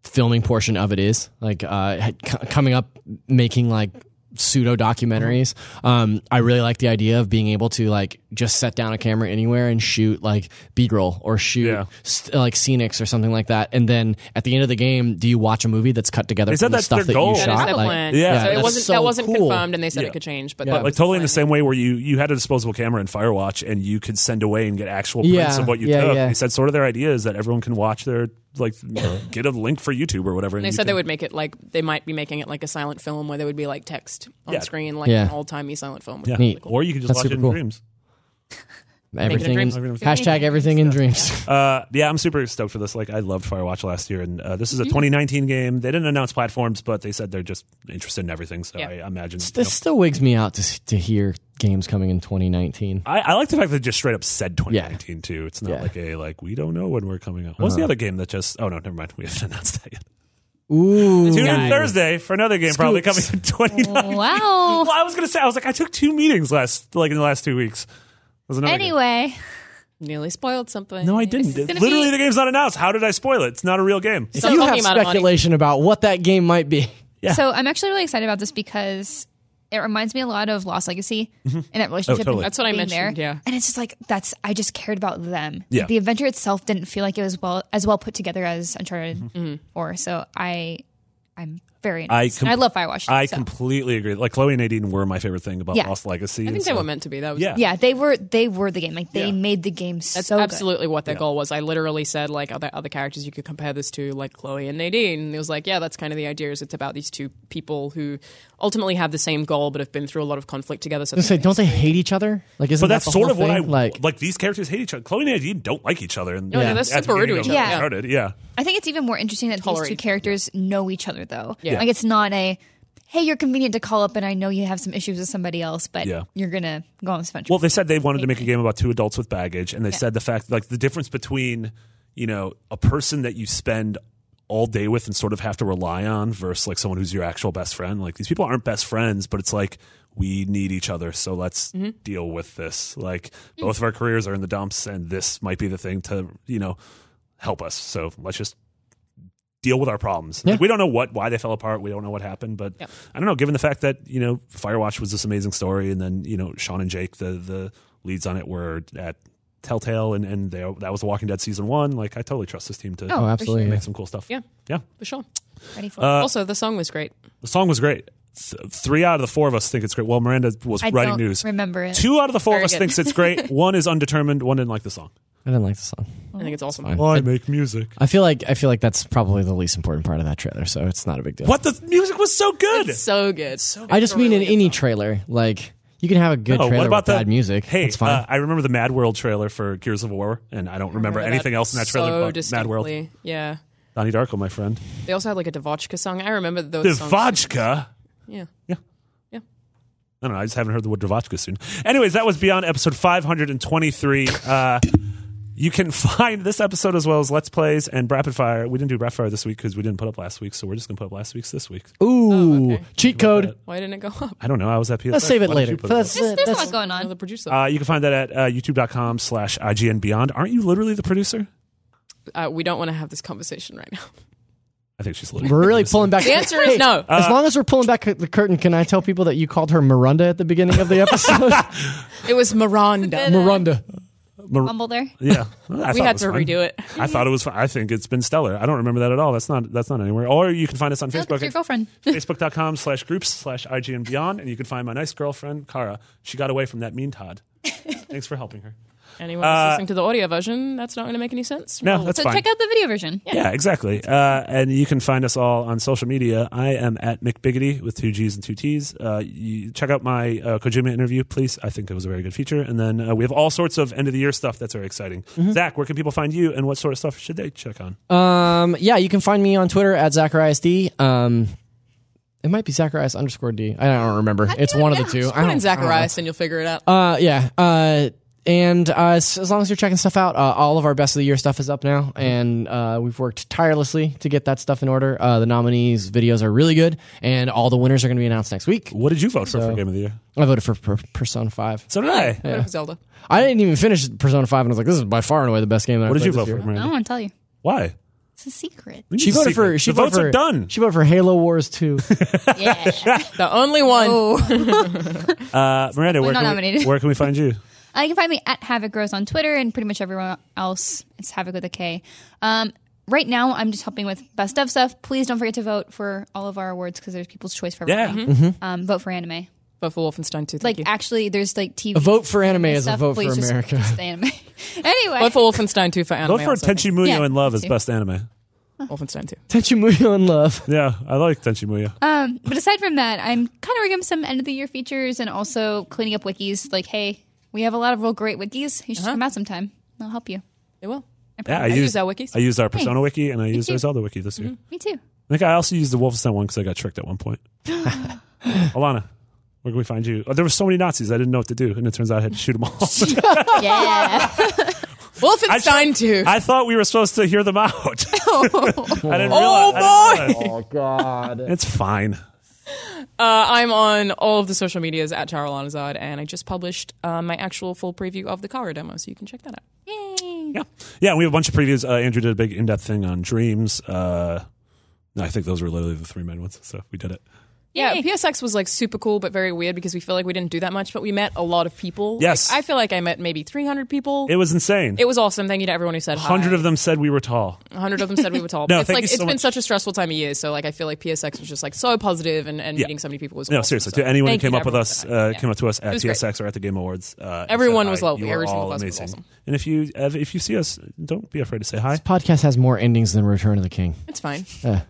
filming portion of it is. Like uh, c- coming up, making like pseudo documentaries. Um, I really like the idea of being able to like just set down a camera anywhere and shoot like B roll or shoot
Yeah.
st- like scenics or something like that. And then at the end of the game, do you watch a movie that's cut together
They said
from the
that's
stuff
their
that
goal.
you
That
That is
shot?
their
Like,
plan.
Yeah.
so
Yeah,
it
that's
wasn't
so
that wasn't
cool.
confirmed, and they said
Yeah.
it could change. But
But,
that
like
was
totally in
plan.
the same way where you you had a disposable camera in Firewatch and you could send away and get actual prints
Yeah,
of what you
yeah,
took.
yeah.
They said sort of their idea is that everyone can watch their like get a link for YouTube or whatever. And
They
you
said they
can-
would make it like they might be making it like a silent film where there would be like text on
Yeah.
screen, like
Yeah.
an old timey silent film.
Yeah.
Neat.
Or you could just
That's
watch it
super
in
cool.
dreams.
everything.
dreams.
In, hashtag everything in dreams. [LAUGHS]
Uh, yeah, I'm super stoked for this. Like, I loved Firewatch last year, and uh, this is a 2019 game. They didn't announce platforms, but they said they're just interested in everything. So
Yeah.
I imagine. you know.
this still wigs me out to s- to hear games coming in 2019.
I, I like the fact that it just straight up said 2019 too. It's not
Yeah. Uh.
like a like we don't know when we're coming out. What's the other game that just? Oh no, never mind. We haven't announced that yet.
Ooh,
Tune in Thursday for another game probably coming in 2019.
[LAUGHS] Oh. Wow.
[LAUGHS] Well, I was gonna say I was like I took two meetings last like in the last two weeks. There's another game.
Anyway,
Nearly spoiled something.
No, I didn't.
gonna
Literally,
be-
the game's not announced. How did I spoil it? It's not a real game.
If
Stop
you have
talking about it, Monty.
speculation about what that game might be,
Yeah.
[LAUGHS] so I'm actually really excited about this because it reminds me a lot of Lost Legacy and that relationship.
Mm-hmm. Oh, totally.
and
That's
what I
being
mentioned,
There.
yeah.
and it's just like that's I just cared about them.
Yeah.
Like, the adventure itself
Mm-hmm.
didn't feel like it was well as well put together as Uncharted or So I, I'm very
Mm-hmm. I
nice.
com-
and I love Firewatch.
I
so.
completely agree. Like Chloe and Nadine were my favorite thing about
Yeah.
Lost Legacy.
I
and
think they
so-
were meant to be. That was
Yeah.
yeah, they were they were the game. Like they
Yeah.
made the game
That's
so
absolutely what their goal was. I literally said like, are there other characters you could compare this to, like Chloe and Nadine? And it was like, yeah, that's kind of the idea. Is it's about these two people who ultimately have the same goal, but have been through a lot of conflict together. So
Just [LAUGHS] say,
they-
don't they hate each other? Like, isn't
But
that
that's
the
sort
whole
of what I
thing?
like. Like these characters hate each other. Chloe and Nadine don't like each other. And
No, no, they're super rude to each
other. Yeah.
Started. Yeah.
good. I think it's even more interesting that these two
Tolerate.
characters know each other though.
Yeah.
Like it's not a hey, you're convenient to call up and I know you have some issues with somebody else, but
Yeah.
you're gonna go on this venture.
Well, they said they wanted to make a game about two adults with baggage, and they said the fact, like the difference between, you know, a person that you spend all day with and sort of have to rely on versus like someone who's your actual best friend. Like these people aren't best friends, but it's like we need each other, so let's
Mm-hmm.
deal with this. Like
Mm.
both of our careers are in the dumps, and this might be the thing to you know help us. So let's just. Deal with our problems. Like, we don't know what why they fell apart. We don't know what happened, but I don't know. Given the fact that you know Firewatch was this amazing story, and then you know Sean and Jake, the the leads on it, were at Telltale, and and they, that was The Walking Dead season one. Like I totally trust this team to
for
Oh,
sure.
absolutely.
make some cool stuff.
Yeah.
yeah.
for sure.
ready for
uh,
it.
also, the song was great.
The song was great. Th- three out of the four of us think it's great. Well, Miranda was
I
writing
don't
news.
remember it.
Two out of the four
Very
of us
good.
thinks it's great. one is undetermined. One didn't like the song.
I didn't like the song.
I think it's awesome.
I make music.
I feel like I feel like that's probably the least important part of that trailer, so it's not a big deal.
What the music was so good.
It's so good. So
I just mean in any trailer, like you can have a good
Oh,
trailer
what about
with
the
bad music.
Hey,
it's fine.
uh, I remember the Mad World trailer for Gears of War, and I don't remember, anything else in that trailer
So
but Mad World.
distinctly. Yeah.
Donnie Darko, my friend.
They also had like a Devotchka song. I remember those.
The
songs.
vodka.
Yeah.
I don't know. I just haven't heard the word Dravotchka soon. Anyways, that was Beyond episode 523. Uh, you can find this episode as well as Let's Plays and Rapid Fire. We didn't do Rapid Fire this week because we didn't put up last week, so we're just going to put up last week's this week.
Oh,
Ooh, cheat code.
Why didn't it go up?
I don't know. I was at PSX.
Let's save it
Why didn't
later.
you put
That's,
up?
There's, there's a
that's-
lot going
[LAUGHS] Another
on.
producer.
Uh, you can find that at uh, youtube.com slash IGN Beyond. Aren't you literally the producer?
Uh, we don't want to have this conversation right now.
I think she's literally
we're
the
really
producer. Uh,
pulling
[LAUGHS]
back.
The answer is
Hey,
no.
As long as we're pulling back the curtain, can I tell people that you called her Miranda at the beginning of
[LAUGHS]
the episode?
It was Miranda.
Miranda.
Mumble there.
Yeah. I
[LAUGHS] We
thought
had
was
to
fine.
redo it.
I thought it was fine. I think it's been stellar. I don't remember that at all. That's not that's not anywhere. Or you can find us on
Look,
Facebook.
it's your
[LAUGHS]
girlfriend.
Facebook.com slash groups slash IGN Beyond. And you can find my nice girlfriend, Kara. She got away from that mean
[LAUGHS]
Todd. Thanks for helping her.
Oh, Anyone who's listening to the audio version, that's not going to make any sense.
Uh, No,
Well,
that's
So
fine.
check out the video version.
yeah, exactly. Uh, and you can find us all on social media. I am at McBiggity with two G's and two T's. Uh, you check out my uh, Kojima interview, please. I think it was a very good feature. And then uh, we have all sorts of end of the year stuff that's very exciting.
Mm-hmm.
Zach, where can people find you and what sort of stuff should they check on?
Um, yeah, you can find me on Twitter at ZachariasD. Um, it might be Zacharias underscore D. I don't remember. It's one of the two. I
Put in
don't,
Zacharias and you'll figure it
Oh,
out.
Uh, yeah. Uh, and uh, as, as long as you're checking stuff out, uh, all of our best of the year stuff is up now, and uh, we've worked tirelessly to get that stuff in order. Uh, the nominees' videos are really good, and all the winners are going to be announced next week.
What did you vote for for Game of the Year?
I voted for per- Persona Five.
So did I.
What if Zelda.
I didn't even finish Persona Five, and I was like, "This is by far and away the best game." That
What
I
did you
played
vote
this
for,
year.
I
Miranda?
don't want to tell you.
Why?
It's a secret.
She voted for. She
the
voted
votes
for,
are done.
She voted for Halo
[LAUGHS]
Wars Two.
Yeah.
The only one. [LAUGHS]
Uh, Miranda, where
not
can, we,
nominated.
where can we find you?
Uh, you can find me at Havoc Rose on Twitter and pretty much everyone else. It's Havoc with a K. Um, right now, I'm just helping with best of stuff. Please don't forget to vote for all of our awards because there's people's choice for
Yeah.
everything.
Mm-hmm.
Um, vote for anime.
But for Wolfenstein 2, thank
Like,
you.
actually, there's like TV.
A vote for anime
and
is a
stuff.
vote
Please
for
just-
[LAUGHS] America.
Just anime. [LAUGHS] anyway.
But for Wolfenstein 2 for anime.
Vote for
also, thank
Tenchi Muyo
Yeah,
in Love as
too.
best anime.
you. Wolfenstein 2.
Tenchimuyo in Love.
Yeah, I like Tenchi Muyo.
Um, but aside from that, I'm kind of working on some end of the year features and also cleaning up wikis. Like, hey, we have a lot of real great wikis. You should come out sometime. I'll help you.
It will.
yeah, I,
use
used
our wikis.
I used our Persona
Thanks. Mm-hmm.
wiki and I used our
too.
Zelda wiki this year.
Me too.
I think I also used the Wolfenstein one because I got tricked at one point. [LAUGHS] Alana, where can we find you? Oh, there were so many Nazis I didn't know what to do, and it turns out I had to shoot them all.
[LAUGHS] Yeah.
Wolfenstein 2.
[LAUGHS] I thought we were supposed to hear them out. [LAUGHS] I didn't realize.
Oh,
I didn't realize. It's fine.
Uh, I'm on all of the social medias at Tara Lanazard, and I just published uh, my actual full preview of the Kara demo, so you can check that out.
Yeah, yeah. We have a bunch of previews. Uh, Andrew did a big in-depth thing on dreams. Uh, no, I think those were literally the three main ones. So we did it.
Yeah, PSX was like super cool, but very weird because we feel like we didn't do that much, but we met a lot of people.
Yes.
Like, I feel like I met maybe 300 people.
It was insane.
It was awesome. Thank you to everyone who said
A hundred
hi.
of them said we were tall.
A hundred of them said we were tall.
[LAUGHS] No,
it's
thank
like
you
it's
so
been
much.
such a stressful time of year, so like I feel like PSX was just like so positive and, and
Yeah.
meeting so many people was
No,
awesome,
seriously,
so
to anyone who
thank you
came up with
everyone
us,
for that.
uh,
Yeah.
came up to us
It
at
was great.
PSX or at the Game Awards. Uh, and
Everyone
said
was
hi.
lovely.
You
Every
are
single
all
person was
amazing.
awesome.
And if you if if you see us, don't be afraid to say hi.
Podcast has more endings than Return of the King.
It's fine.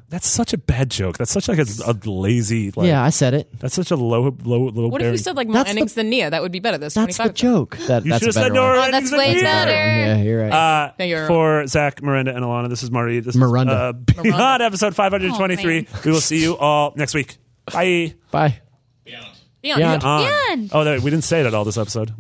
That's such a bad joke. That's such like a, a lazy. Like,
yeah, I said it.
That's such a low low low.
What if
barrier.
you said like more
That's the-
endings than Nia? That would be better. There's 25
That's the
of them.
joke. That,
You should
that's a
have said
better
no.
one.
or
Oh, that's
anything
way
either.
better.
Yeah, you're right.
Uh,
Thank you, everyone.
for Zach, Miranda, and Alana. This is Mari. This
Miranda.
is uh, Beyond
Oh,
episode 523.
Oh, man.
we will see you all next week. Bye.
Bye.
Beyond.
Beyond.
On.
Beyond.
Oh, no, we didn't say that all this episode.